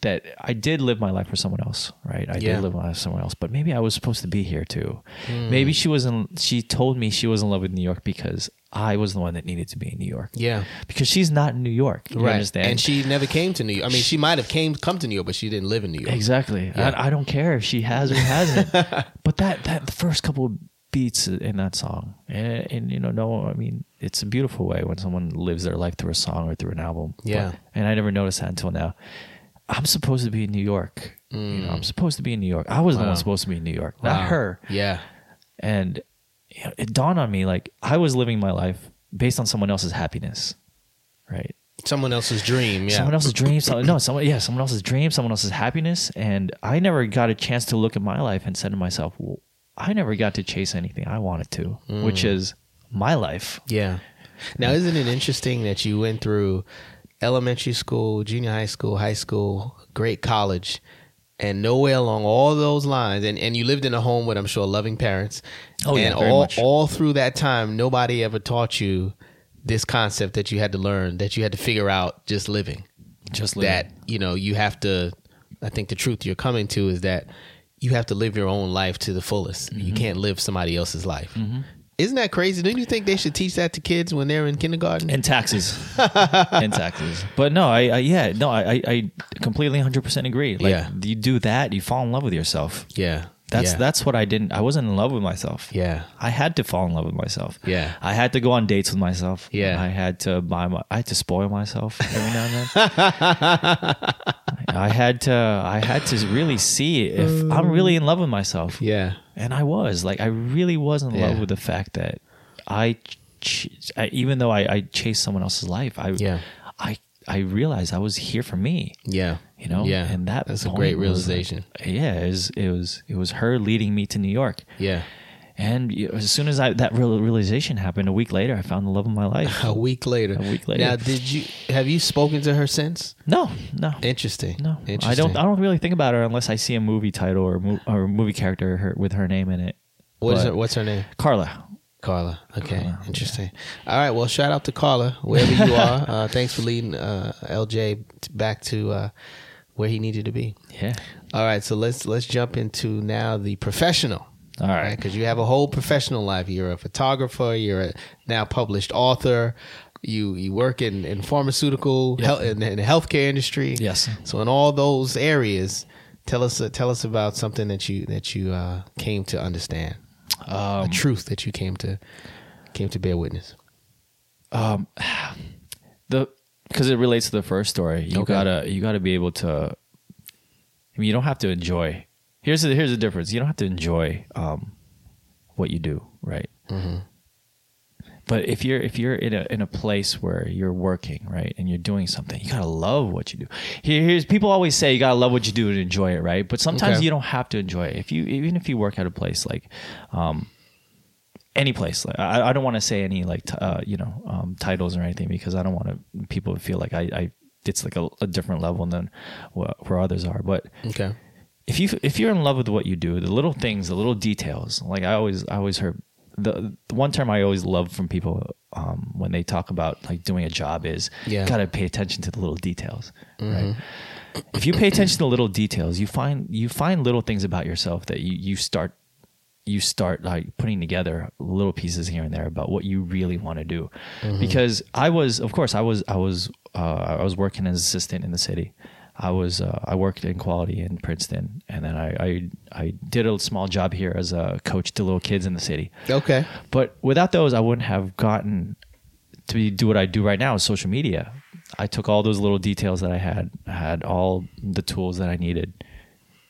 B: that I did live my life for someone else, right? I
A: Yeah. Hmm.
B: did live my life for someone else, but maybe I was supposed to be here too. Maybe she was in. She told me she was in love with New York because I was the one that needed to be in New York.
A: Yeah.
B: because she's not in New York. You
A: Right.
B: understand?
A: And she never came to New York. I mean, she might have came come to New York, but she didn't live in New York.
B: Exactly. I, I don't care if she has or hasn't. but that that the first couple of beats in that song, and, and you know, no, I mean, it's a beautiful way when someone lives their life through a song or through an album.
A: Yeah.
B: But- and I never noticed that until now. I'm supposed to be in New York. You know, I'm supposed to be in New York. I was the one supposed to be in New York, not
A: Mm. Wow.
B: her.
A: Yeah.
B: And you know, it dawned on me like I was living my life based on someone else's happiness, right?
A: Someone else's dream. Yeah.
B: someone else's dream. Some, no, someone yeah, someone else's dream, someone else's happiness. And I never got a chance to look at my life and said to myself, well, I never got to chase anything I wanted to, which
A: Mm.
B: is my life.
A: Yeah. Now, isn't it interesting that you went through elementary school, junior high school, high school, great college, and nowhere along all those lines, and, and you lived in a home with, I'm sure, loving parents.
B: Oh, yeah,
A: and
B: very
A: all,
B: much.
A: all through that time, nobody ever taught you this concept that you had to learn, that you had to figure out just living.
B: Just living.
A: that you know you have to i think the truth you're coming to is that you have to live your own life to the fullest
B: Mm-hmm.
A: you can't live somebody else's life isn't that crazy don't you think they should teach that to kids when they're in kindergarten
B: and taxes and taxes but no i, I yeah no I, I- I completely 100% agree like
A: Yeah.
B: you do that you fall in love with yourself
A: yeah
B: that's
A: yeah.
B: that's what i didn't i wasn't in love with myself
A: yeah
B: i had to fall in love with myself
A: Yeah.
B: i had to go on dates with myself
A: Yeah.
B: i had to buy my i had to spoil myself every now and then i had to i had to really see if i'm really in love with myself
A: yeah
B: and I was like, I really was in love
A: Yeah.
B: with the fact that I, ch- I even though I, I chased someone else's life, I,
A: Yeah.
B: I, I realized I was here for me,
A: yeah
B: you know,
A: yeah
B: and that
A: that's a
B: point
A: great
B: was,
A: realization
B: like, yeah, it was, it was, it was her leading me to New York.
A: yeah
B: And you know, as soon as I, that real realization happened a week later, I found the love of my life.
A: a week later
B: A week later.
A: now did you have you spoken to her since
B: No, no,
A: interesting
B: no,
A: interesting
B: I don't, I don't really think about her unless I see a movie title or a mo- or a movie character her, with her name in it.
A: what is
B: but-
A: her, what's her name
B: Carla.
A: Carla. Okay, interesting. All right. Well, shout out to Carla wherever you are. Uh, thanks for leading uh, LJ t- back to uh, where he needed to be.
B: Yeah.
A: All right. So let's let's jump into now the professional.
B: All right.
A: Because you have a whole professional life. You're a photographer. You're a now published author. You you work in in pharmaceutical health in, in the healthcare industry.
B: Yes.
A: So in all those areas, tell us tell us about something that you that you uh, came to understand
B: Um,
A: a truth that you came to came to bear witness.
B: the because it relates to the first story. You
A: Okay.
B: gotta you gotta be able to. I mean, you don't have to enjoy. Here's the here's the difference. You don't have to enjoy um, what you do, right? But if you're if you're in a in a place where you're working, right, and you're doing something, you gotta love what you do. Here, here's people always say you gotta love what you do and enjoy it, right? But sometimes
A: Okay.
B: you don't have to enjoy it. If you even if you work at a place like um, any place. Like, I, I don't want to say any like t- uh, you know um, titles or anything because I don't want to people to feel like I, I it's like a, a different level than wh- where others are. But
A: Okay.
B: if you if you're in love with what you do, the little things, the little details. Like I always I always heard the, the one term I always love from people um, when they talk about like doing a job is
A: Yeah.
B: you gotta pay attention to the little details. Right. If you pay attention to little details, you find you find little things about yourself that you you start you start like putting together little pieces here and there about what you really want to do. Because I was, of course, I was I was uh, I was working as assistant in the city. I was uh, I worked in quality in Princeton, and then I, I I did a small job here as a coach to little kids in the city.
A: Okay.
B: But without those, I wouldn't have gotten to be- do what I do right now with social media. I took all those little details that I had, I had all the tools that I needed,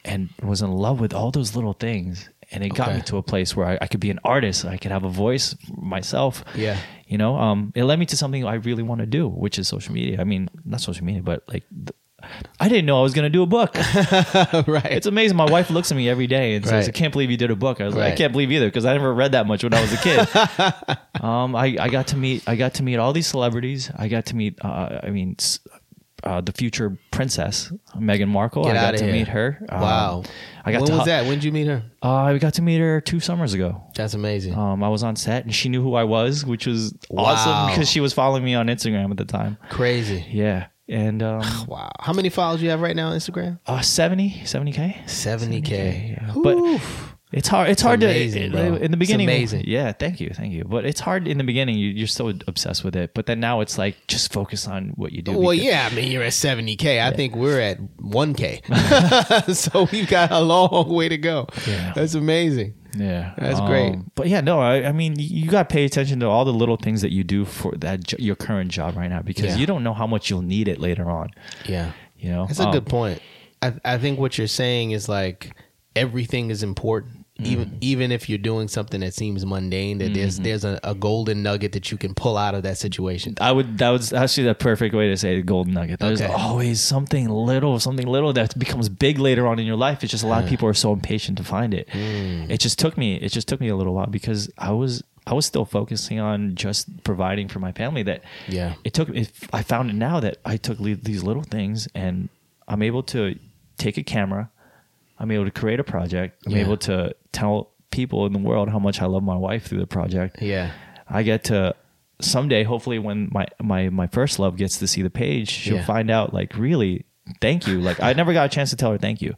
B: and was in love with all those little things. And it got
A: Okay.
B: me to a place where I, I could be an artist. I could have a voice myself.
A: Yeah.
B: You know, um, it led me to something I really want to do, which is social media. I mean, not social media, but like, th- I didn't know I was going to do a book.
A: right.
B: It's amazing. My wife looks at me every day and says,
A: Right.
B: "I can't believe you did a book." I was like,
A: Right.
B: "I can't believe either," because I never read that much when I was a kid. um, I, I got to meet I got to meet all these celebrities. I got to meet uh, I mean, s- uh, the future princess Meghan Markle.
A: Get
B: I got
A: outta
B: to
A: here.
B: meet her. Um,
A: wow.
B: I got
A: when
B: to
A: was
B: hu-
A: that? When did you meet her?
B: Uh, I got to meet her two summers ago.
A: That's amazing.
B: Um, I was on set and she knew who I was, which was
A: Wow.
B: awesome because she was following me on Instagram at the time.
A: Crazy.
B: Yeah. And um,
A: Wow. How many followers you have right now on Instagram?
B: uh, 70, 70K.
A: 70K.
B: But
A: Oof.
B: It's hard. It's hard
A: amazing,
B: to
A: bro.
B: in
A: It's
B: the beginning.
A: amazing.
B: Yeah, thank you, thank you. But it's hard in the beginning. You, you're so obsessed with it, but then now it's like just focus on what you do.
A: well,
B: because-
A: yeah, I mean, you're at 70K. I think we're at 1K. so we've got a long way to go.
B: Yeah.
A: That's amazing.
B: yeah, Um,
A: That's great.
B: But yeah, no, I, I mean, you got to pay attention to all the little things that you do for that jo- your current job right now
A: Yeah.
B: because you don't know how much you'll need it later on.
A: Yeah.
B: You know,
A: That's a
B: Um,
A: good point. I, I think what you're saying is like everything is important. Even even if you're doing something that seems mundane, that there's
B: Mm-hmm.
A: there's a, a golden nugget that you can pull out of that situation.
B: I would. That was actually the perfect way to say the golden nugget. There's
A: Okay.
B: always something little, something little that becomes big later on in your life. It's just a lot of people are so impatient to find it.
A: Hmm.
B: It just took me. It just took me a little while because I was I was still focusing on just providing for my family. That
A: Yeah.
B: it took. It, I found it now that I took le- these little things and I'm able to take a camera. I'm able to create a project. I'm
A: Yeah.
B: able to tell people in the world how much I love my wife through the project.
A: Yeah.
B: I get to someday, hopefully, when my my my first love gets to see the page, she'll
A: Yeah.
B: find out. Like, really, thank you. Like, I never got a chance to tell her thank you,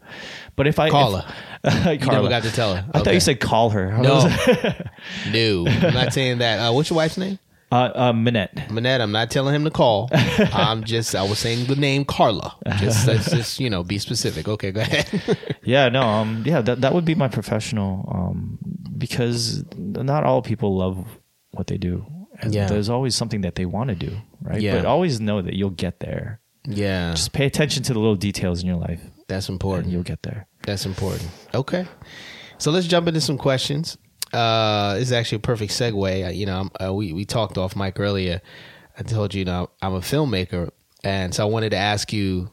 B: but if I
A: Call
B: if-
A: her.
B: Carla.
A: You never got to tell her.
B: I thought
A: Okay.
B: you said call her. I was-
A: No, no, I'm not saying that. Uh, what's your wife's name?
B: uh, uh, Minette.
A: Manette, I'm not telling him to call. I'm just, I was saying the name Carla. Just, let's just, you know, be specific. Okay, go ahead.
B: Yeah, no, um, yeah, that that would be my professional, um, because not all people love what they do. And
A: Yeah.
B: there's always something that they want to do, right?
A: Yeah.
B: But always know that you'll get there.
A: yeah,
B: Just pay attention to the little details in your life,
A: that's
B: and
A: important.
B: you'll get there.
A: That's important. Okay. So let's jump into some questions. Uh, this is actually a perfect segue. Uh, you know, I'm, uh, we, we talked off mic earlier. I told you, you know, I'm a filmmaker. And so I wanted to ask you,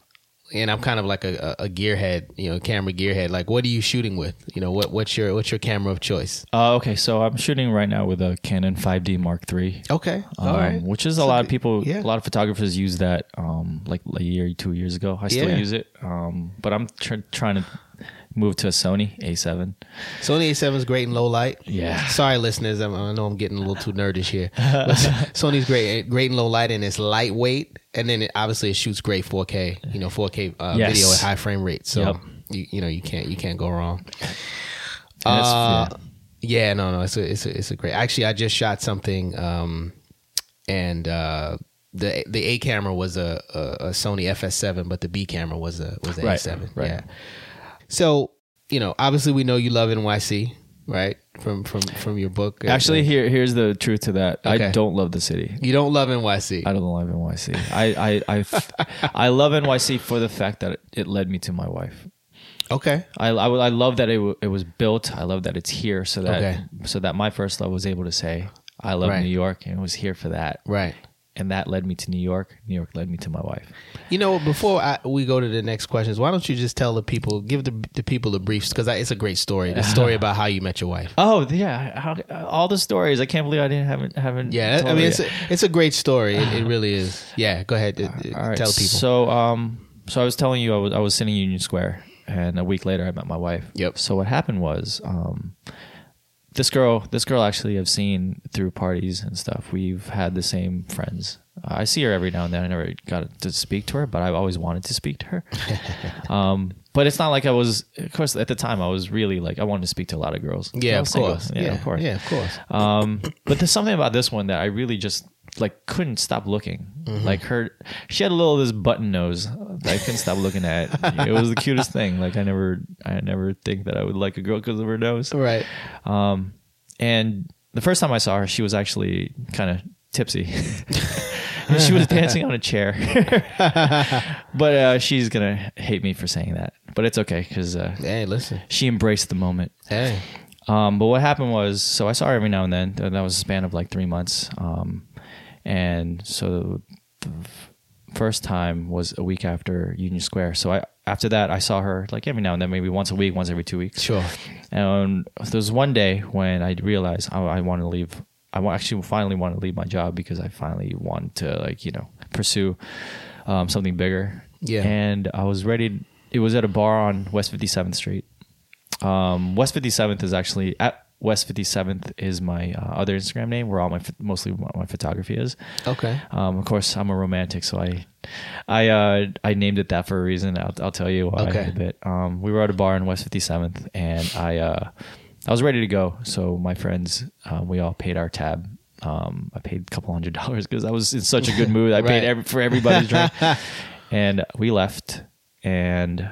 A: and I'm kind of like a, a a gearhead, you know, camera gearhead. Like, what are you shooting with? You know, what, what's your what's your camera of choice?
B: Uh, okay, so I'm shooting right now with a Canon 5D Mark III.
A: Okay,
B: Um,
A: Oh, all right.
B: Which is a lot of people,
A: yeah.
B: a lot of photographers use that um, like a year, two years ago. I still
A: Yeah.
B: use it, um, but I'm tr- trying to move to a Sony A7.
A: Sony A7 is great in low light.
B: Yeah.
A: Sorry, listeners. I'm, I know I'm getting a little too nerdish here. But Sony's great, great in low light, and it's lightweight. And then it, obviously it shoots great 4K. You know, 4K uh,
B: Yes.
A: video at high frame rate. So
B: Yep.
A: you, you know you can't you can't go wrong.
B: And that's-
A: Uh,
B: yeah.
A: yeah, no, no, it's a, it's a, it's a great. Actually, I just shot something, um, and uh, the the A camera was a, a, a Sony FS7, but the B camera was a was a
B: Right,
A: 7
B: right.
A: Yeah. So you know, obviously, we know you love NYC, right? From from from your book.
B: Actually, here here's the truth to that.
A: Okay.
B: I don't love the city.
A: you don't love NYC.
B: I don't love NYC. I I I, f- I love NYC for the fact that it led me to my wife.
A: okay.
B: I, I, I love that it, w- it was built. I love that it's here so that
A: Okay.
B: so that my first love was able to say I love
A: Right.
B: New York and it was here for that.
A: Right.
B: And that led me to New York. New York led me to my wife.
A: You know, before I, we go to the next questions, why don't you just tell the people, give the, the people the briefs, because it's a great story. The story about how you met your wife.
B: Oh yeah, How, all the stories. I can't believe I didn't haven't haven't.
A: Yeah,
B: told
A: I mean
B: her
A: it's a,
B: yet.
A: it's a great story. It, it really is. Yeah, go ahead. It- it-
B: All right,
A: Tell people.
B: So um, so I was telling you I was I was sitting in Union Square, and a week later I met my wife.
A: Yep.
B: So what happened was um, this girl this girl actually I've seen through parties and stuff. We've had the same friends. Uh, I see her every now and then. I never got to speak to her, but I've always wanted to speak to her. um, but it's not like I was. Of course, at the time I was really like I wanted to speak to a lot of girls. I
A: yeah, of
B: was single.
A: course.
B: Yeah, of course.
A: Yeah, of course.
B: Um, but there's something about this one that I really just like couldn't stop looking. Like her, she had a little of this button nose that I couldn't stop looking at. It was the cutest thing. Like I never, I never think that I would like a girl because of her nose.
A: Right.
B: Um, and the first time I saw her, she was actually kind of tipsy. And she was dancing on a chair, but uh, she's gonna hate me for saying that. But it's okay because uh,
A: Hey, listen.
B: she embraced the moment.
A: Hey.
B: Um, but what happened was, so I saw her every now and then. and That was a span of like three months. Um, and so the f- first time was a week after Union Square. So I after that I saw her like every now and then, maybe once a week, once every two weeks.
A: Sure.
B: And there was one day when I realized I, I want to leave. I wa- actually finally want to leave my job because I finally want to like you know pursue um, something bigger.
A: Yeah.
B: And I was ready. It was at a bar on West Fifty Seventh Street. Um, West 57th is actually at West 57th is my uh, other Instagram name where all my ph- mostly what my photography is.
A: Okay.
B: Um, of course, I'm a romantic, so I, I, uh, I named it that for a reason. I'll, I'll tell you why
A: Okay.
B: in a bit. Um, we were at a bar in West 57th, and I, uh, I was ready to go. So my friends, um, we all paid our tab. Um, I paid a couple hundred dollars because I was in such a good mood. I
A: Right.
B: paid every, for everybody's drink, and we left. And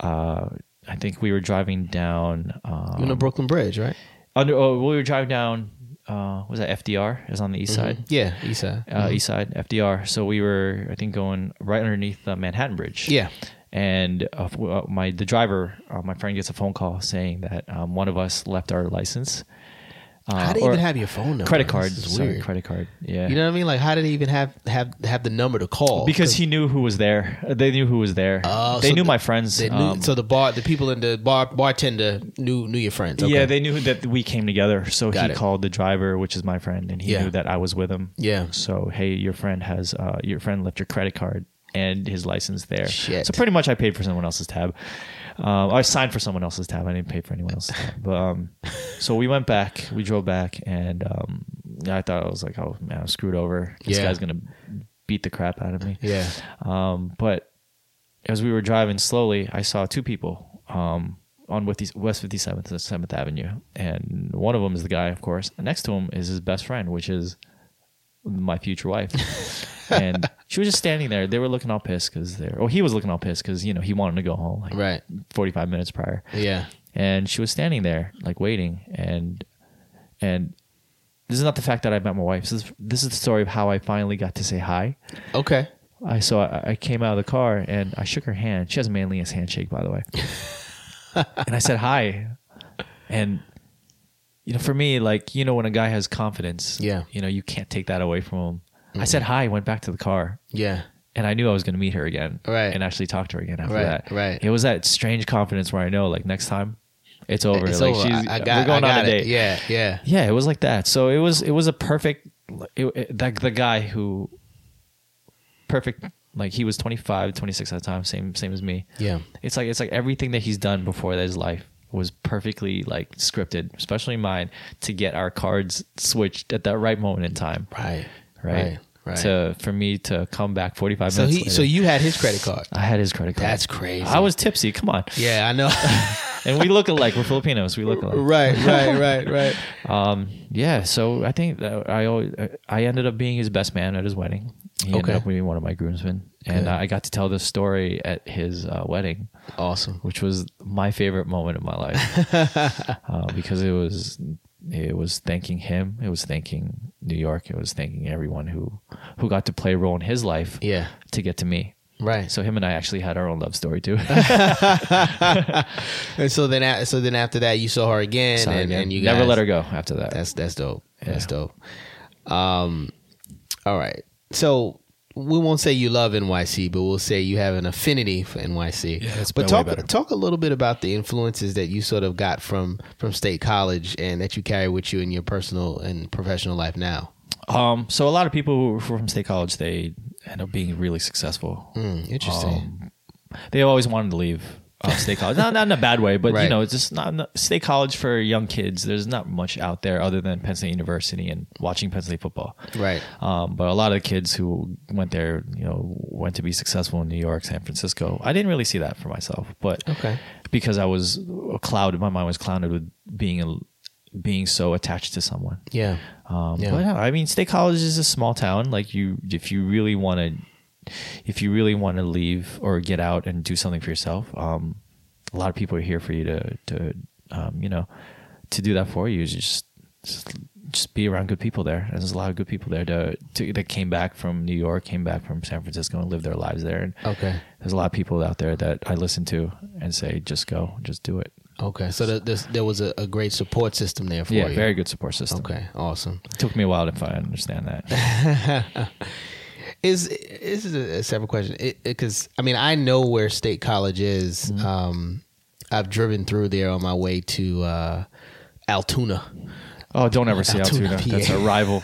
B: uh, I think we were driving down. Um,
A: You know Brooklyn Bridge, right?
B: under, oh, we were driving down. Uh, was that FDR? It was on the
A: Mm-hmm.
B: east side
A: Yeah, east side.
B: uh, east side fdr so we were i think going right underneath the manhattan bridge
A: Yeah.
B: and uh, f- uh, my the driver uh, my friend gets a phone call saying that um, one of us left our license uh,
A: How do you
B: or
A: even have your phone number?
B: credit card
A: This is
B: sorry,
A: weird.
B: credit card yeah
A: You know what I mean? Like, how did he even have have have the number to call?
B: because he knew who was there they knew who was there
A: Oh,
B: they
A: so
B: knew
A: the-
B: my friends
A: They knew,
B: um,
A: so the bar, the people in the bar, bartender knew knew your friends. Okay.
B: Yeah, they knew that we came together. So
A: Got
B: he
A: it.
B: called the driver, which is my friend, and he
A: Yeah.
B: knew that I was with him.
A: Yeah.
B: So hey, your friend has uh, your friend left your credit card and his license there.
A: Shit.
B: So pretty much, I paid for someone else's tab. Um, I signed for someone else's tab. I didn't pay for anyone else's tab. But um, so we went back. We drove back, and um, I thought I was like, oh man, I'm screwed over. This
A: Yeah.
B: guy's gonna beat the crap out of me.
A: Yeah.
B: Um, but as we were driving slowly, I saw two people um, on with these- West 57th and 7th Avenue. And one of them is the guy, of course. And next to him is his best friend, which is my future wife. and she was just standing there. They were looking all pissed because they're, oh, he was looking all pissed because, you know, he wanted to go home like
A: Right.
B: 45 minutes prior
A: Yeah.
B: and she was standing there like waiting and and this is not the fact that I met my wife. This is this is the story of how I finally got to say hi.
A: Okay.
B: I saw I I came out of the car and I shook her hand. She has a manliest handshake, by the way. and I said hi, and you know, for me, like you know, when a guy has confidence,
A: Yeah. Mm-hmm.
B: you know, you can't take that away from him. I said hi, went back to the car,
A: Yeah.
B: and I knew I was going to meet her again,
A: Right.
B: and actually talk to her again after
A: Right,
B: that.
A: right.
B: It was that strange confidence where I know, like next time, it's over.
A: It's
B: like
A: over.
B: she's,
A: I, I got,
B: we're going
A: I got
B: on a
A: it.
B: date.
A: Yeah. Yeah.
B: Yeah, it was like that. So it was it was a perfect it, it- that the guy who perfect like he was 25, 26 at the time, same same as me.
A: Yeah.
B: It's like it's like everything that he's done before that his life was perfectly like scripted, especially mine to get our cards switched at that right moment in time,
A: Right.
B: right?
A: Right. Right.
B: To for me to come back 45
A: so
B: minutes
A: he,
B: later.
A: so you had his credit card.
B: I had his credit card.
A: That's crazy.
B: I was tipsy. Come on.
A: Yeah, I know.
B: And we look alike. We're Filipinos. We look alike.
A: right. Right. Right. Right.
B: Um, yeah, so I think that I always, I ended up being his best man at his wedding. He ended
A: Okay.
B: up being one of my groomsmen, and
A: Good.
B: I got to tell this story at his uh, wedding,
A: Awesome.
B: which was my favorite moment of my life uh, because it was it was thanking him, it was thanking New York, it was thanking everyone who who got to play a role in his life
A: Yeah.
B: to get to me.
A: Right.
B: So him and I actually had our own love story too.
A: And so then, a- so then after that, you saw her again,
B: Sorry,
A: and,
B: man.
A: and you
B: never
A: guys-
B: let her go after that.
A: That's that's dope. That's dope. Um, all right. So we won't say you love NYC, but we'll say you have an affinity for NYC.
C: Yeah, that's been
A: but
C: way
A: talk
C: better.
A: talk a little bit about the influences that you sort of got from from State College and that you carry with you in your personal and professional life now.
B: Um, so a lot of people who were from state college, they end up being really successful.
A: Mm, interesting.
B: Um, they always wanted to leave uh, state college, not, not in a bad way, but you
A: Right.
B: know, it's just not, not state college for young kids. There's not much out there other than Penn State University and watching Penn State football.
A: right.
B: Um, but a lot of the kids who went there, you know, went to be successful in New York, San Francisco. I didn't really see that for myself, but
A: Okay.
B: because I was clouded, my mind was clouded with being a, being so attached to someone.
A: Yeah.
B: Um,
A: Yeah.
B: But no, I mean, State College is a small town. Like you, if you really want to, if you really want to leave or get out and do something for yourself, um, a lot of people are here for you to, to, um, you know, to do that for you. Is Just, just, just be around good people there. And there's a lot of good people there to, to that came back from New York, came back from San Francisco, and lived their lives there. And
A: Okay.
B: there's a lot of people out there that I listen to and say, just go, just do it.
A: Okay. So the, this, there was a, a great support system there for
B: Yeah,
A: you.
B: very good support system.
A: Okay. Awesome.
B: Took me a while to find understand that.
A: is this is a separate question because I mean I know where State College is.
B: Mm-hmm.
A: Um, I've driven through there on my way to uh, Altoona.
B: Oh, don't ever say
A: Altoona,
B: Altoona.
A: PA.
B: That's a rival.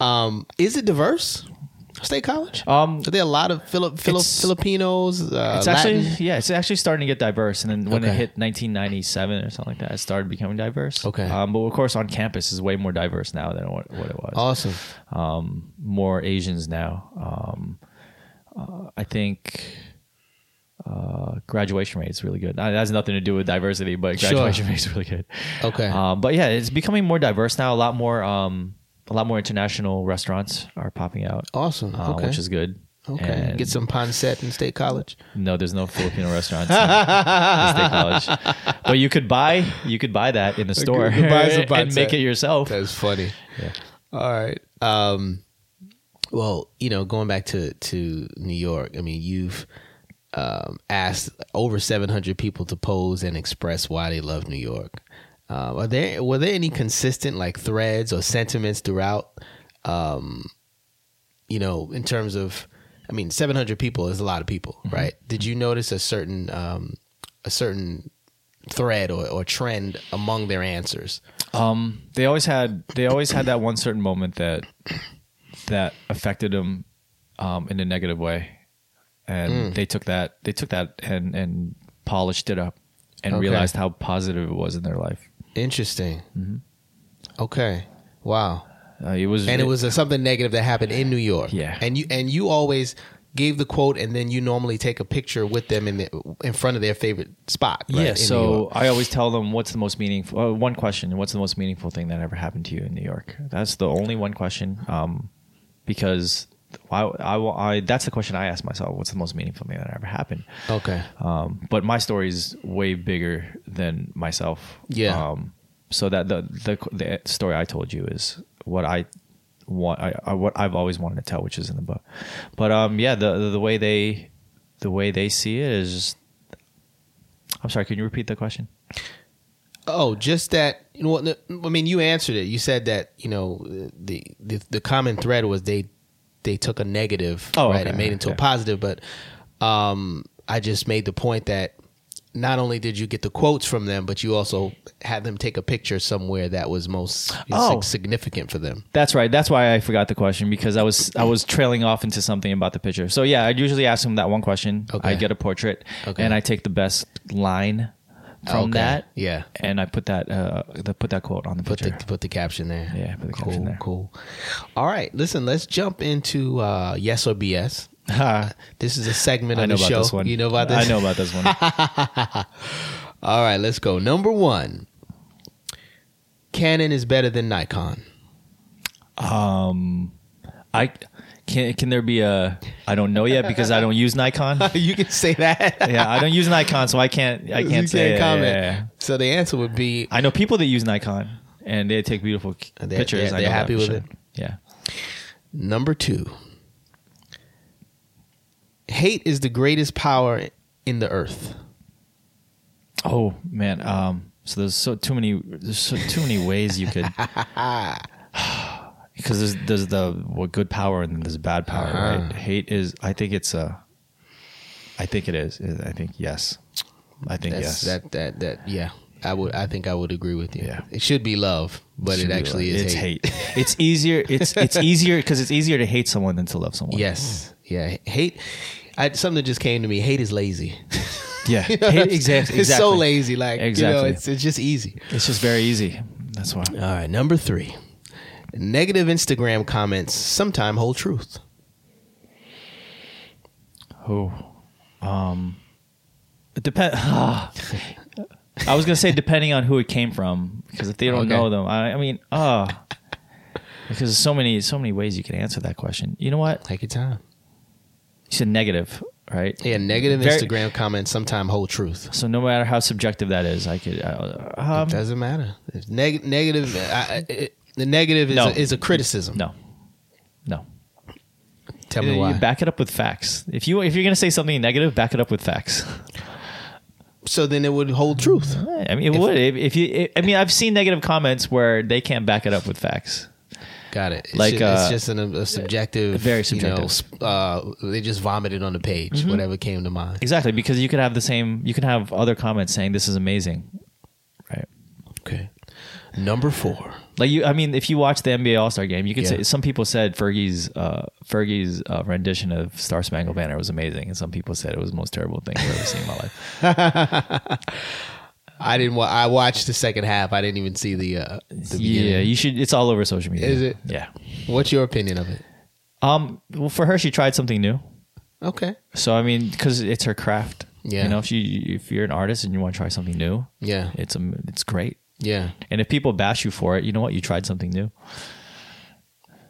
A: Um, is it diverse? State College?
B: Um,
A: Are there a lot of Philip Philip
B: it's-
A: Filipinos? Uh,
B: it's
A: Latin?
B: actually yeah, it's actually starting to get diverse. And then when it
A: Okay.
B: hit 1997 or something like that, it started becoming diverse.
A: Okay.
B: um, but of course on campus is way more diverse now than what, what it was.
A: awesome.
B: um, more Asians now. Um, uh, I think uh, graduation rate is really good. Now, That has nothing to do with diversity, but
A: Sure.
B: graduation rate is really good.
A: Okay.
B: Um, but yeah, it's becoming more diverse now. A lot more, um, a lot more international restaurants are popping out,
A: Awesome.
B: uh,
A: Oh, okay.
B: which is good.
A: okay.
B: And-
A: Get some pancet in State College.
B: no, there's no Filipino restaurants in, in State College, but you could buy you could buy that in the store
A: could buy some
B: and make
A: pancit.
B: it yourself.
A: That's funny.
B: Yeah.
A: All right. Um, well, you know, going back to to New York, I mean, you've um, asked over seven hundred people to pose and express why they love New York. Um, are there were there any consistent like threads or sentiments throughout? Um, you know, in terms of, I mean, seven hundred people is a lot of people, right? Did you notice a certain um, a certain thread or, or trend among their answers?
B: Um, they always had they always had that one certain moment that that affected them um, in a negative way, and they took that they took that and and polished it up and
A: Okay.
B: realized how positive it was in their life.
A: Interesting.
B: Mm-hmm.
A: Okay. Wow.
B: Uh, it was
A: And it was uh something negative that happened in New York.
B: Yeah.
A: And you and you always gave the quote, and then you normally take a picture with them in the in front of their favorite spot. right,
B: Yeah,
A: in New
B: so
A: York.
B: I always tell them what's the most meaningful. Uh, one question: What's the most meaningful thing that ever happened to you in New York? That's the only one question, um, because I, I, I, that's the question I ask myself: What's the most meaningful thing that ever happened?
A: okay.
B: Um, but my story is way bigger than myself.
A: Yeah.
B: Um, so that the, the the story I told you is what I want. I, I what I've always wanted to tell, which is in the book. But um, yeah, the the, the way they the way they see it is. Just, I'm sorry. Can you repeat the question?
A: Oh, just that. You know, what, I mean, you answered it. You said that you know the the, the common thread was they they took a negative,
B: Oh,
A: right,
B: okay,
A: and made it into a
B: yeah.
A: positive. But um, I just made the point that not only did you get the quotes from them, but you also had them take a picture somewhere that was most
B: Oh.
A: sig- significant for them.
B: That's right. That's why I forgot the question because I was I was trailing off into something about the picture. So yeah, I usually ask them that one question.
A: Okay.
B: I get a portrait,
A: Okay.
B: and I take the best line from
A: Okay.
B: that.
A: Yeah.
B: and I put that uh the, put that quote on the
A: Put
B: picture.
A: the put the caption there.
B: Yeah, put the
A: cool,
B: caption there.
A: Cool. All right, listen. Let's jump into uh, yes or BS. This is a segment of
B: I know
A: the
B: about
A: show.
B: this one.
A: You know about this?
B: I know about this one.
A: All right, let's go. Number one, Canon is better than Nikon.
B: I can can there be a I don't know yet because I don't use Nikon.
A: you can say that.
B: Yeah, I don't use Nikon, so I can't I
A: You
B: can't say it. Yeah,
A: comment.
B: yeah, yeah.
A: So the answer would be
B: I know people that use Nikon and they take beautiful c-
A: They're- they're-
B: pictures. I know
A: they're
B: that
A: happy
B: for
A: with
B: sure.
A: it.
B: Yeah.
A: number two. Hate is the greatest power in the earth.
B: Oh man, um, so there's so too many there's so too many ways you could because there's there's the what good power and then there's bad power,
A: Uh-huh.
B: right? Hate is I think it's a I think it is. I think yes. I think
A: That's
B: yes.
A: that that that yeah. I would I think I would agree with you.
B: Yeah.
A: It should be love, but
B: Should
A: it
B: be
A: actually
B: like-
A: is
B: it's
A: hate.
B: hate. It's easier it's it's easier because it's easier to hate someone than to love someone.
A: Yes. Yeah. Hate I, something just came to me. Hate is lazy.
B: Yeah.
A: You know,
B: hate, exactly.
A: It's so
B: exactly.
A: lazy. Like you know,
B: Exactly.
A: it's it's just easy.
B: It's just very easy. That's why.
A: All right, number three. Negative Instagram comments sometime hold truth.
B: Oh, um, it depend. I was gonna say depending on who it came from, because if they don't
A: Okay.
B: know them, I, I mean, uh because there's so many, so many ways you can answer that question. You know what?
A: Take your time.
B: You said negative, right?
A: Yeah, negative
B: Very-
A: Instagram comments sometime hold truth.
B: So no matter how subjective that is, I could. I, um,
A: It doesn't matter. It's neg- negative. I, I- it, the negative is,
B: No.
A: a, is a criticism.
B: no, no.
A: Tell
B: You-
A: me
B: you
A: why.
B: back it up with facts. If you if you're gonna say something negative, back it up with facts.
A: so then it would hold truth.
B: I mean, it would if, if you. I mean, I've seen negative comments where they can't back it up with facts.
A: Got it. It's
B: Like,
A: ju- it's
B: uh,
A: just an, a subjective.
B: very
A: You know,
B: subjective. Mm-hmm.
A: sp- uh, they just vomited on the page. Whatever came to mind.
B: Exactly, because you could have the same. You can have other comments saying this is amazing, right?
A: Okay. Number four.
B: Like you, I mean, if you watch the NBA All Star Game, you could
A: Yeah.
B: say some people said Fergie's uh, Fergie's uh, rendition of Star Spangled Banner was amazing, and some people said it was the most terrible thing I've ever seen in my life.
A: I didn't. Wa- I watched the second half. I didn't even see the. Uh, the
B: yeah,
A: beginning.
B: you should. It's all over social media.
A: Is it?
B: Yeah.
A: What's your opinion of it?
B: Um. Well, for her, she tried something new.
A: Okay.
B: So I mean, because it's her craft.
A: Yeah.
B: You know, if you if you're an artist and you want to try something new,
A: Yeah.
B: it's um, it's great.
A: Yeah.
B: And if people bash you for it, you know what? You tried something new.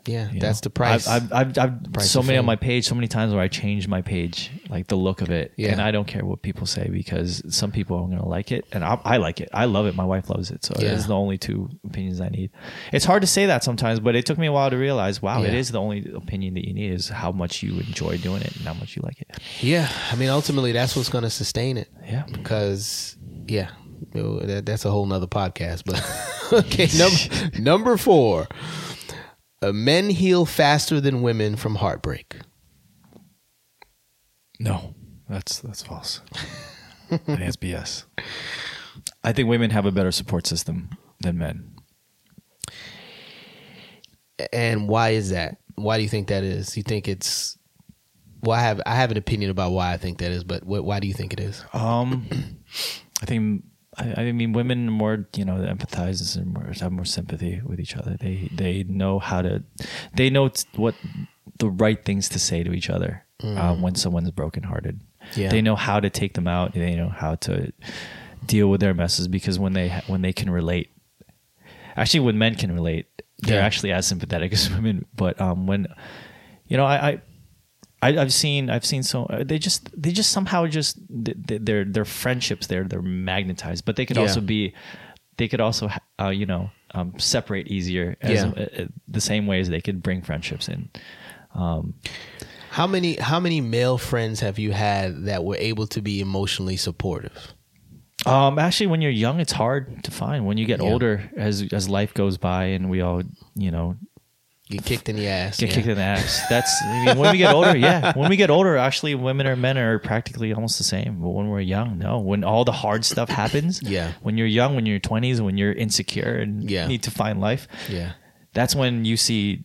A: Yeah.
B: You
A: That's
B: know?
A: the price.
B: I've, I've, I've, I've
A: price
B: so
A: of
B: many on
A: fame.
B: my page, so many times where I change my page, like the look of it,
A: Yeah.
B: and I don't care what people say because some people are gonna like it, and I, I like it. I love it. My wife loves it, so
A: Yeah.
B: it's the only two opinions I need. It's hard to say that sometimes, but it took me a while to realize, wow, it
A: Yeah.
B: is the only opinion that you need is how much you enjoy doing it and how much you like it.
A: yeah. I mean, ultimately, that's what's going to sustain it.
B: Yeah.
A: Because, yeah, you- that, that's a whole nother podcast. But, okay. Number, number four uh, men heal faster than women from heartbreak.
B: No, that's that's false. I think it's BS. I think women have a better support system than men.
A: And why is that? Why do you think that is? You think it's Well, I have I have an opinion about why I think that is, but what, why do you think it is?
B: Um, I think I, I mean women are more you know empathizes and more, have more sympathy with each other. They they know how to they know t- what the right things to say to each other uh, when someone's brokenhearted.
A: Mm. Yeah.
B: They know how to take them out. They know how to deal with their messes because when they ha- when they can relate, actually when men can relate, they're
A: Yeah.
B: actually as sympathetic as women. But um, when you know I. I I, I've seen I've seen so uh, they just they just somehow just th- th- their their friendships there they're magnetized, but they could
A: Yeah.
B: also be they could also ha- uh, you know um, separate easier as,
A: Yeah.
B: uh, uh, the same way as they could bring friendships in.
A: How many how many male friends have you had that were able to be emotionally supportive?
B: Um, actually, when you're young, it's hard to find. When you get
A: Yeah.
B: older, as as life goes by, and we all you know
A: Get kicked in the ass.
B: get
A: yeah.
B: kicked in the ass. That's I mean, when we get older. Yeah, when we get older, actually, women or men are practically almost the same. But when we're young, no. When all the hard stuff happens,
A: Yeah.
B: When you're young, when you're twenties, when you're insecure and
A: Yeah.
B: need to find life,
A: Yeah.
B: that's when you see,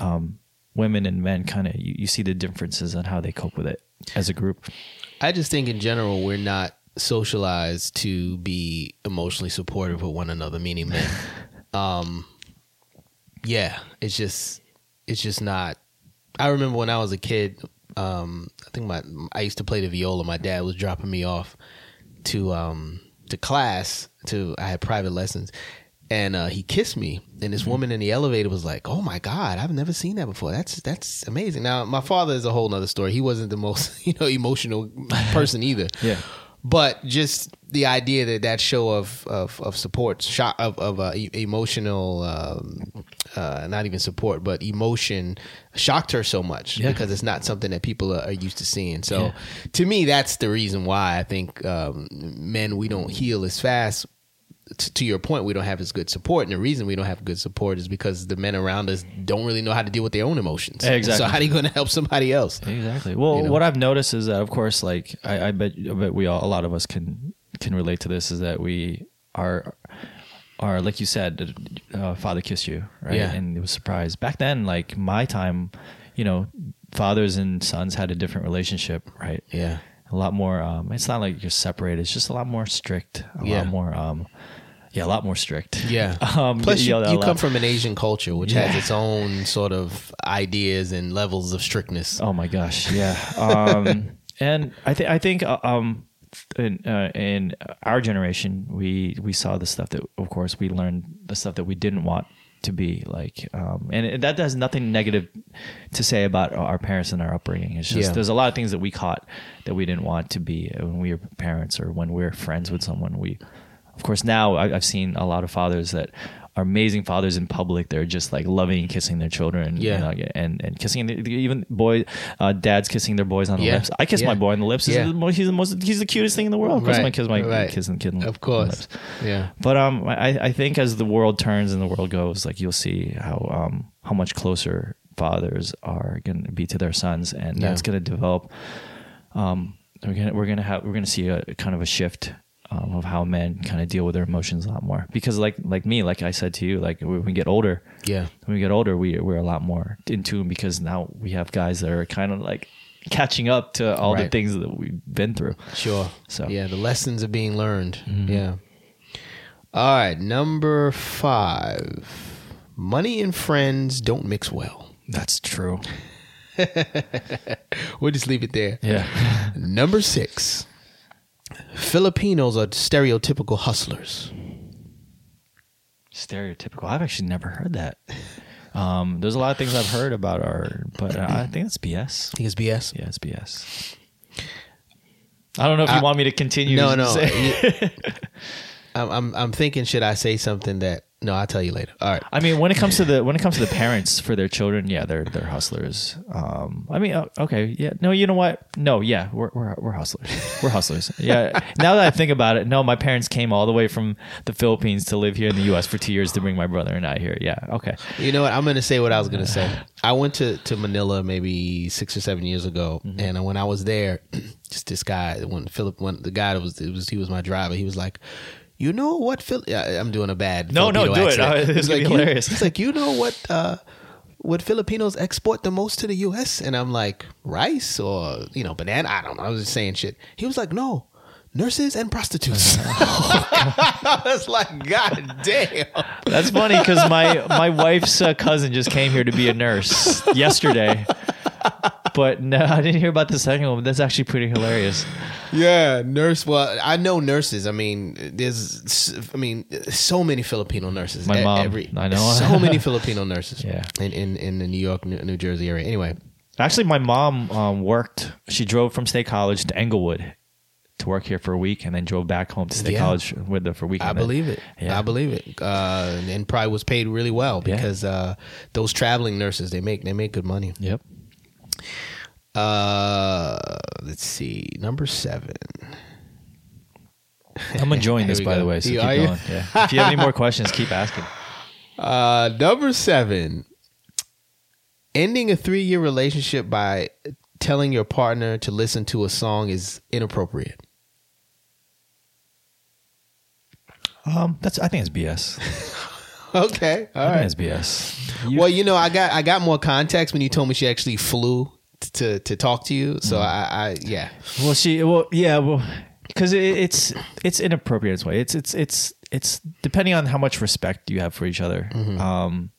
B: um, women and men kind of you, you see the differences on how they cope with it as a group.
A: I just think in general we're not socialized to be emotionally supportive with one another, meaning men. um, yeah, it's just it's just not. I remember when I was a kid. Um, I think my I used to play the viola. My dad was dropping me off to um to class. To I had private lessons. And uh, he kissed me, and this woman in the elevator was like, "Oh my God, I've never seen that before. That's that's amazing." Now, my father is a whole nother story. He wasn't the most, you know, emotional person either
B: Yeah.
A: but just the idea that that show of of, of support shot of, of uh, e- emotional um, uh, not even support but emotion shocked her so much
B: Yeah.
A: because it's not something that people are, are used to seeing so
B: Yeah.
A: to me that's the reason why i think um, men we don't heal as fast T- to your point, we don't have as good support, and the reason we don't have good support is because the men around us don't really know how to deal with their own emotions.
B: Exactly.
A: So how are you going to help somebody else?
B: Exactly. Well,
A: You know?
B: what I've noticed is that, of course, like I, I bet, I bet we all, a lot of us can can relate to this. Is that we are are like you said, uh, father kissed you, right?
A: Yeah.
B: And it was surprised. Back then, like my time, you know, fathers and sons had a different relationship, right?
A: Yeah.
B: A lot more. Um, it's not like you're separated. It's just a lot more strict. A
A: Yeah.
B: lot more. Um, yeah, a lot more strict.
A: Yeah.
B: um,
A: Plus,
B: get
A: you,
B: yelled at a
A: you
B: lot.
A: come from an Asian culture, which has
B: Yeah.
A: its own sort of ideas and levels of strictness.
B: Oh my gosh, yeah. Um, and I think I think uh, um, in, uh, in our generation, we we saw the stuff that, of course, we learned the stuff that we didn't want to be like, um, and it, that has nothing negative to say about our parents and our upbringing. It's just
A: Yeah.
B: there's a lot of things that we caught that we didn't want to be uh, when we were parents or when we were friends with someone. We, of course, now I, I've seen a lot of fathers that. Are amazing fathers in public. They're just like loving and kissing their children. you
A: Yeah.
B: know, yeah, and and kissing the, the- even boy uh, dads kissing their boys on the
A: Yeah.
B: lips. I kiss
A: Yeah.
B: my boy on the lips. He's,
A: Yeah.
B: the most, he's the most he's the cutest thing in the world. Of course,
A: Right.
B: my kiss my
A: Right.
B: kiss and kid. on-
A: Of
B: on the
A: course.
B: lips.
A: Yeah.
B: But um, I I think as the world turns and the world goes, like you'll see how um how much closer fathers are going to be to their sons, and
A: Yeah.
B: that's going to develop. Um, we're gonna we're gonna have we're gonna see a kind of a shift. Um, of how men kind of deal with their emotions a lot more because like like me like I said to you like when we get older
A: Yeah.
B: when we get older, we we're a lot more in tune because now we have guys that are kind of like catching up to all the
A: Right.
B: things that we've been through.
A: Sure.
B: So. Mm-hmm.
A: yeah, the lessons are being learned. Yeah. All right, number five. Money and friends don't mix well.
B: That's true.
A: We'll just leave it there.
B: Yeah.
A: Number six. Filipinos are stereotypical hustlers.
B: Stereotypical. I've actually never heard that. Um, there's a lot of things I've heard about our, but uh, I think it's BS.
A: Think it's BS?
B: Yeah, it's BS. I don't know if you
A: I-
B: want me to continue.
A: No,
B: to
A: no.
B: say-
A: I'm, I'm I'm thinking should I say something that no, I'll tell you later. All right.
B: I mean, when it comes to the when it comes to the parents for their children, yeah, they're they're hustlers. Um, I mean, uh, okay, yeah, no, you know what? No, yeah, we're we're, we're hustlers. We're hustlers. Yeah. now that I think about it, no, my parents came all the way from the Philippines to live here in the U.S. for two years to bring my brother and I here. Yeah, okay.
A: You know what? I'm going to say what I was going to say. I went to, to Manila maybe six or seven years ago,
B: Mm-hmm.
A: and when I was there, just this guy, when Philip, when the guy that was, it was he was my driver. He was like, "You know what, Phil?" I- I'm doing a bad.
B: No, no,
A: Filipino
B: do it.
A: accent.
B: Uh, it's
A: He's
B: gonna
A: like,
B: be
A: "You-"
B: hilarious.
A: He's like, "You know what, uh, would Filipinos export the most to the U.S.? And I'm like, rice or you know, banana. I don't know. I was just saying shit. He was like, no, nurses and prostitutes.
B: Oh,
A: I was like, god damn.
B: That's funny because my my wife's uh, cousin just came here to be a nurse yesterday. But no, I didn't hear about the second one. But that's actually pretty hilarious.
A: Yeah, nurse. Well, I know nurses. I mean, there's, s- I mean, so many Filipino nurses.
B: My
A: E-
B: mom, I know.
A: so many Filipino nurses.
B: Yeah.
A: in in, in the New York, New, New Jersey area. Anyway,
B: Actually, my mom um, worked. She drove from State College to Englewood to work here for a week, and then drove back home to State
A: Yeah.
B: College with her for a week.
A: I
B: and then-
A: believe it.
B: Yeah.
A: I believe it. Uh, and probably was paid really well
B: Yeah.
A: because uh, those traveling nurses they make they make good money.
B: Yep.
A: Uh, let's see, number seven.
B: I'm enjoying
A: Here
B: this,
A: we
B: by
A: go.
B: the way. So
A: You-
B: keep
A: are you?
B: going. Yeah. If you have any more questions, keep asking.
A: Uh, number seven. Ending a three-year relationship by telling your partner to listen to a song is inappropriate.
B: Um, that's. I think it's BS.
A: Okay, all
B: I
A: right.
B: think it's BS.
A: well, you know, I got I got more context when you told me she actually flew t- to to talk to you. So I, I yeah.
B: Well, she. Well, yeah. Well, because it, it's it's inappropriate this way. It's it's it's it's depending on how much respect you have for each other. Um,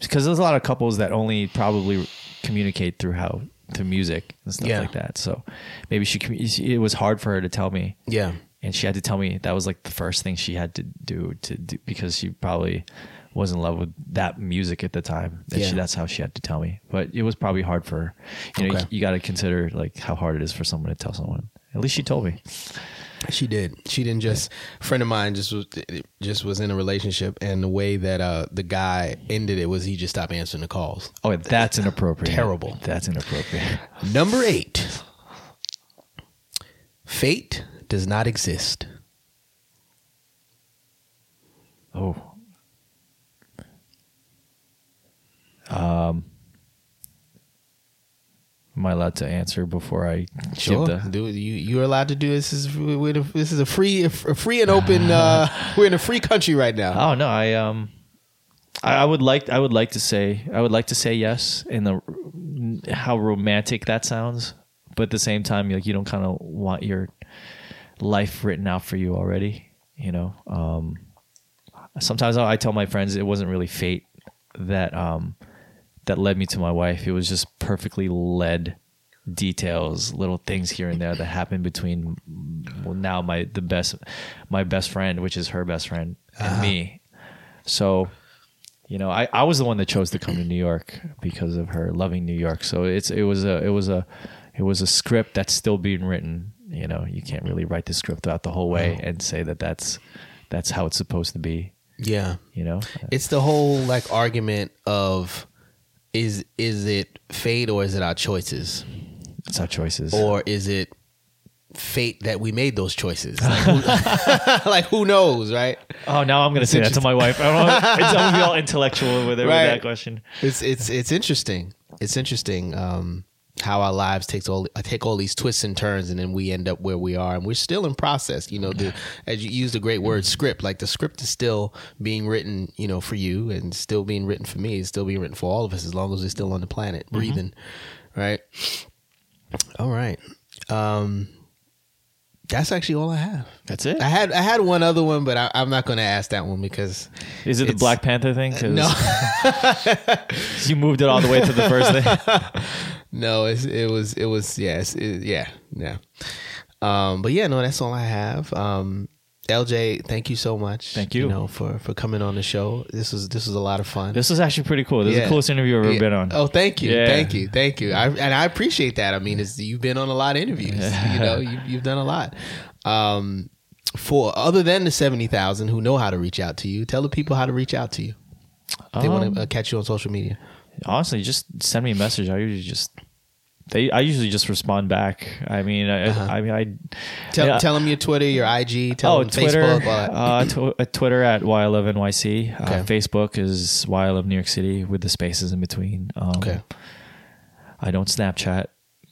B: because there's a lot of couples that only probably communicate through how through music and stuff
A: Yeah.
B: like that. So maybe she. commu- It was hard for her to tell me.
A: Yeah.
B: And she had to tell me that was like the first thing she had to do to do because she probably was in love with that music at the time. That
A: Yeah.
B: she, that's how she had to tell me. But it was probably hard for her. You know,
A: Okay.
B: you, you got to consider like how hard it is for someone to tell someone. At least she told me.
A: She did. She didn't just. Friend of mine just was just was in a relationship, and the way that uh, the guy ended it was he just stopped answering the calls.
B: Oh, that's inappropriate.
A: Terrible.
B: That's inappropriate.
A: Number eight. Fate does not exist.
B: Oh. Um, Um, am I allowed to answer before I
A: Sure,
B: give the?
A: Do- you you're allowed to do this. This Is we're in a, this is a free, a free and open. Uh, we're in a free country right now.
B: Oh no, I um, I, I would like I would like to say I would like to say yes in the how romantic that sounds, but at the same time, like you don't kind of want your life written out for you already, you know. Um, sometimes I, I tell my friends it wasn't really fate that um that led me to my wife. It was just perfectly led details, little things here and there that happened between well, now my the best my best friend, which is her best friend, and me. So, you know, I, I was the one that chose to come to New York because of her loving New York. So it's it was a it was a it was a script that's still being written. You know, you can't really write the script out the whole way and say that that's that's how it's supposed to be.
A: Yeah,
B: You know,
A: it's the whole like argument of is is it fate or is it our choices?
B: it's our choices.
A: or is it fate that we made those choices? Like who, like, who knows, right?
B: Oh, now I'm going to say that to my wife. I don't, it's, I'm going to be all intellectual with, it, with
A: Right.
B: that question.
A: It's it's it's interesting. It's interesting um, how our lives takes all I take all these twists and turns, and then we end up where we are, and we're still in process. You know, the, as you use the great word script, like the script is still being written. You know, for you, and still being written for me, it's still being written for all of us, as long as we're still on the planet breathing, right? All right. Um, that's actually all I have.
B: That's it.
A: I had I had one other one, but I, I'm not going to ask that one because
B: Is it the
A: It's-
B: Black Panther thing? 'Cause
A: no,
B: you moved it all the way to the first thing.
A: no, it's, it was it was yes, it, yeah, yeah. Um, but yeah, no, that's all I have. Um, LJ, thank you so much.
B: Thank you.
A: know, for for coming on the show. This was this was a lot of fun.
B: This is actually pretty cool. This is
A: Yeah.
B: the coolest interview I've ever
A: Yeah.
B: been on.
A: Oh, thank you,
B: Yeah.
A: thank you, thank you. I, and I appreciate that. I mean, it's, you've been on a lot of interviews. You know, you, you've done a lot. Um, for other than the seventy thousand who know how to reach out to you, tell the people how to reach out to you. If they want
B: Um,
A: to uh, catch you on social media.
B: honestly, just send me a message. I usually just they I usually just respond back. I mean, I, I mean, I
A: Uh-huh. Tell,
B: yeah.
A: tell them your Twitter, your IG, tell
B: oh
A: them
B: Twitter,
A: Facebook. all that.
B: uh, tw- uh, Twitter at YLoveNYC.
A: Okay.
B: Uh, Facebook is YLove New York City with the spaces in between. Um,
A: okay.
B: I don't Snapchat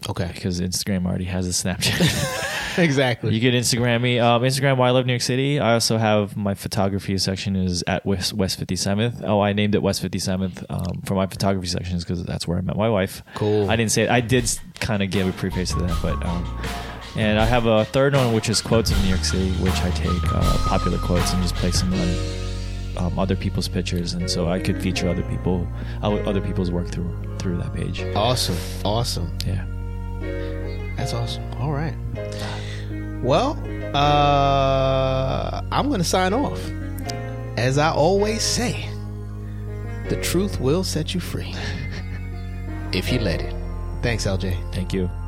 A: Okay. uh,
B: because Instagram already has a Snapchat.
A: exactly.
B: You can Instagram me. Um, Instagram why I love New York City. I also have my photography section is at West West Fifty Seventh. Oh, I named it West Fifty Seventh um, for my photography sections because that's where I met my wife.
A: Cool.
B: I didn't say it. I did kind of give a preface to that, but um, and I have a third one which is quotes of New York City, which I take uh, popular quotes and just place them on um, other people's pictures, and so I could feature other people, other people's work through through that page.
A: awesome. Awesome.
B: Yeah.
A: That's awesome. All right. Well, uh, I'm going to sign off. As I always say, the truth will set you free if you let it. Thanks, LJ.
B: Thank you.